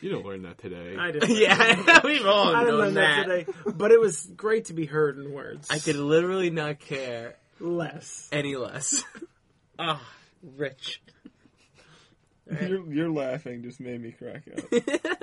Speaker 1: you don't learn that today.
Speaker 2: I didn't.
Speaker 4: yeah, we've all
Speaker 2: I didn't
Speaker 4: known
Speaker 2: learn that.
Speaker 4: that.
Speaker 2: today, but it was great to be heard in words.
Speaker 4: I could literally not care
Speaker 2: less.
Speaker 4: any less. Ah, rich.
Speaker 3: Your, your laughing just made me crack up.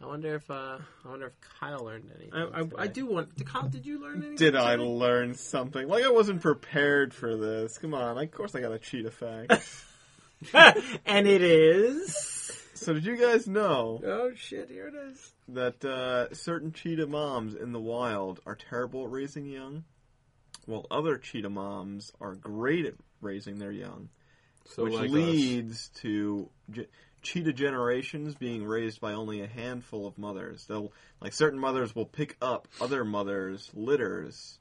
Speaker 4: I wonder if uh, I wonder if Kyle learned anything.
Speaker 2: I, I, I
Speaker 4: today.
Speaker 2: do want. Kyle, did you learn anything?
Speaker 3: Did I
Speaker 2: today?
Speaker 3: learn something? Like I wasn't prepared for this. Come on. Of course I got a cheetah fact.
Speaker 2: and it is.
Speaker 3: so did you guys know
Speaker 2: Oh shit! Here it is.
Speaker 3: that uh, certain cheetah moms in the wild are terrible at raising young, while other cheetah moms are great at raising their young,
Speaker 1: so
Speaker 3: which
Speaker 1: like uh, us.
Speaker 3: leads to ge- cheetah generations being raised by only a handful of mothers. They'll like certain mothers will pick up other mothers' litters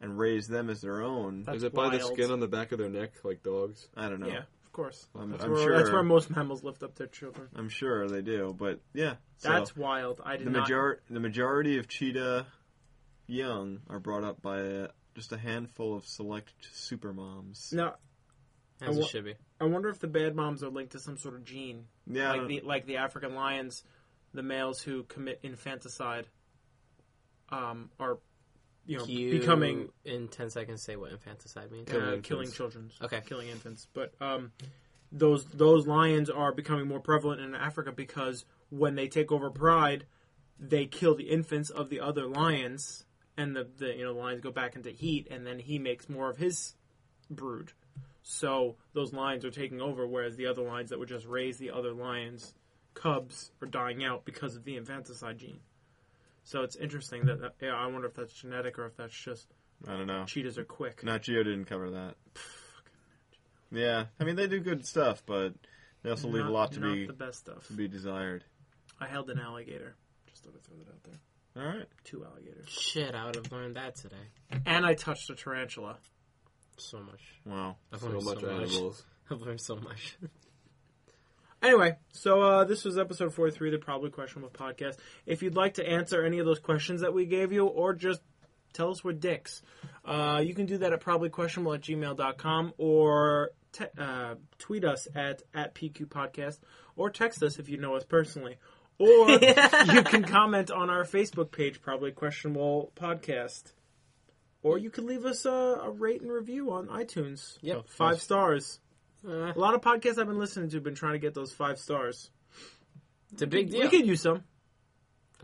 Speaker 3: and raise them as their own.
Speaker 2: That's
Speaker 1: Is it by the
Speaker 2: wild.
Speaker 1: skin on the back of their neck, like dogs?
Speaker 3: I don't know.
Speaker 2: Yeah, of course.
Speaker 3: I'm,
Speaker 2: That's,
Speaker 3: I'm
Speaker 2: where,
Speaker 3: sure.
Speaker 2: that's where most mammals lift up their children.
Speaker 3: I'm sure they do, but yeah. So
Speaker 2: That's wild. I did
Speaker 3: the
Speaker 2: not.
Speaker 3: major the majority of cheetah young are brought up by uh just a handful of select supermoms.
Speaker 2: Now,
Speaker 4: As
Speaker 2: I wa-
Speaker 4: it should be.
Speaker 2: I wonder if the bad moms are linked to some sort of gene,
Speaker 3: Yeah, I
Speaker 2: like
Speaker 3: don't-
Speaker 2: the like the African lions, the males who commit infanticide, um, are you know,
Speaker 4: you
Speaker 2: becoming
Speaker 4: in ten seconds say what infanticide means.
Speaker 1: Killing
Speaker 2: uh,
Speaker 1: infants.
Speaker 2: killing children's.
Speaker 4: Okay.
Speaker 2: killing infants. But um, those those lions are becoming more prevalent in Africa because when they take over pride, they kill the infants of the other lions, and the, the you know lions go back into heat, and then he makes more of his brood. So those lions are taking over, whereas the other lions that would just raise the other lions cubs are dying out because of the infanticide gene. So it's interesting that, that yeah, I wonder if that's genetic or if that's just
Speaker 3: I don't know.
Speaker 2: cheetahs are quick.
Speaker 3: Nat Geo didn't cover that. Yeah, I mean they do good stuff, but they also leave a
Speaker 2: Not-
Speaker 3: lot to
Speaker 2: not
Speaker 3: be
Speaker 2: the best stuff.
Speaker 3: to be desired.
Speaker 2: I held an alligator. Just thought I'd throw that out there.
Speaker 3: All right.
Speaker 2: Two alligators.
Speaker 4: Shit, I would have learned that today.
Speaker 2: And I touched a tarantula.
Speaker 4: So much.
Speaker 3: Wow.
Speaker 4: I've
Speaker 1: So
Speaker 4: learned
Speaker 1: much
Speaker 4: so much.
Speaker 1: animals.
Speaker 4: I've learned so much.
Speaker 2: Anyway, so uh, this was episode 43 of the Probably Questionable podcast. If you'd like to answer any of those questions that we gave you or just tell us we're dicks, uh, you can do that at probablyquestionable at gmail.com or te- uh, tweet us at, at PQ Podcast or text us if you know us personally. Or you can comment on our Facebook page, Probably Questionable Podcast. Or you can leave us a, a rate and review on iTunes.
Speaker 4: Yep.
Speaker 2: Five stars.
Speaker 4: Uh,
Speaker 2: A lot of podcasts I've been listening to have been trying to get those five stars.
Speaker 4: it's a big deal.
Speaker 2: We could use some.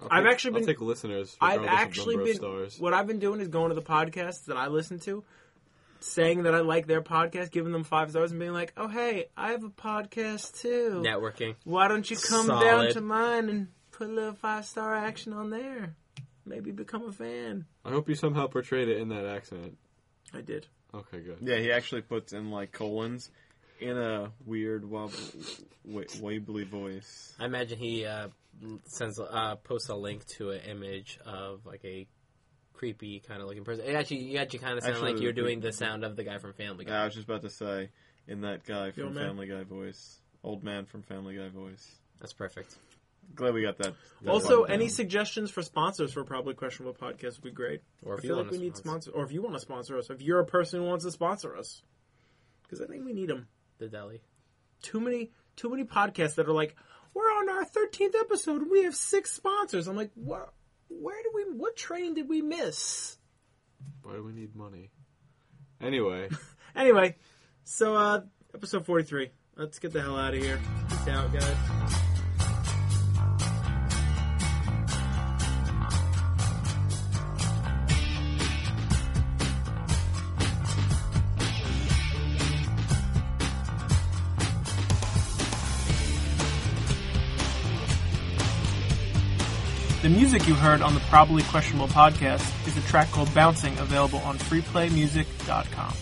Speaker 1: I'll
Speaker 2: I've
Speaker 1: take-
Speaker 2: actually
Speaker 1: I'll
Speaker 2: been-
Speaker 1: take listeners.
Speaker 2: I've
Speaker 1: regardless of
Speaker 2: actually
Speaker 1: number of
Speaker 2: been.
Speaker 1: stars.
Speaker 2: What I've been doing is going to the podcasts that I listen to, saying that I like their podcast, giving them five stars, and being like, "Oh hey, I have a podcast too.
Speaker 4: Networking.
Speaker 2: Why don't you come
Speaker 4: Solid.
Speaker 2: down to mine and put a little five star action on there? Maybe become a fan."
Speaker 1: I hope you somehow portrayed it in that accent.
Speaker 2: I did.
Speaker 1: Okay, good.
Speaker 3: Yeah, he actually puts in like colons in a weird wobble, wa- wabbly voice.
Speaker 4: I imagine he uh, sends uh, posts a link to an image of like a creepy kind of looking person. It actually, you actually kind of sound
Speaker 3: Actually,
Speaker 4: like you're
Speaker 3: the-
Speaker 4: doing the sound of the guy from Family
Speaker 3: Yeah, I
Speaker 4: Guy.
Speaker 3: was just about to say in that guy from
Speaker 2: old man?
Speaker 3: Family Guy voice, old man from Family Guy voice.
Speaker 4: That's perfect.
Speaker 3: Glad we got that. that
Speaker 2: also,
Speaker 3: one
Speaker 2: any
Speaker 3: down.
Speaker 2: suggestions for sponsors for probably questionable podcasts would be great.
Speaker 4: Or if
Speaker 2: I
Speaker 4: you
Speaker 2: feel like
Speaker 4: want
Speaker 2: we
Speaker 4: to
Speaker 2: need
Speaker 4: sponsor-
Speaker 2: sponsors, or if you want to sponsor us, if you're a person who wants to sponsor us, because I think we need them.
Speaker 4: The deli.
Speaker 2: Too many, too many podcasts that are like, we're on our 13th episode and we have six sponsors. I'm like, what? Where did we? What train did we miss?
Speaker 1: Why do we need money? Anyway,
Speaker 2: Anyway, so uh, episode 43. Let's get the hell out of here. Peace out, guys. The music you heard on the Probably Questionable podcast is a track called Bouncing, available on freeplaymusic.com.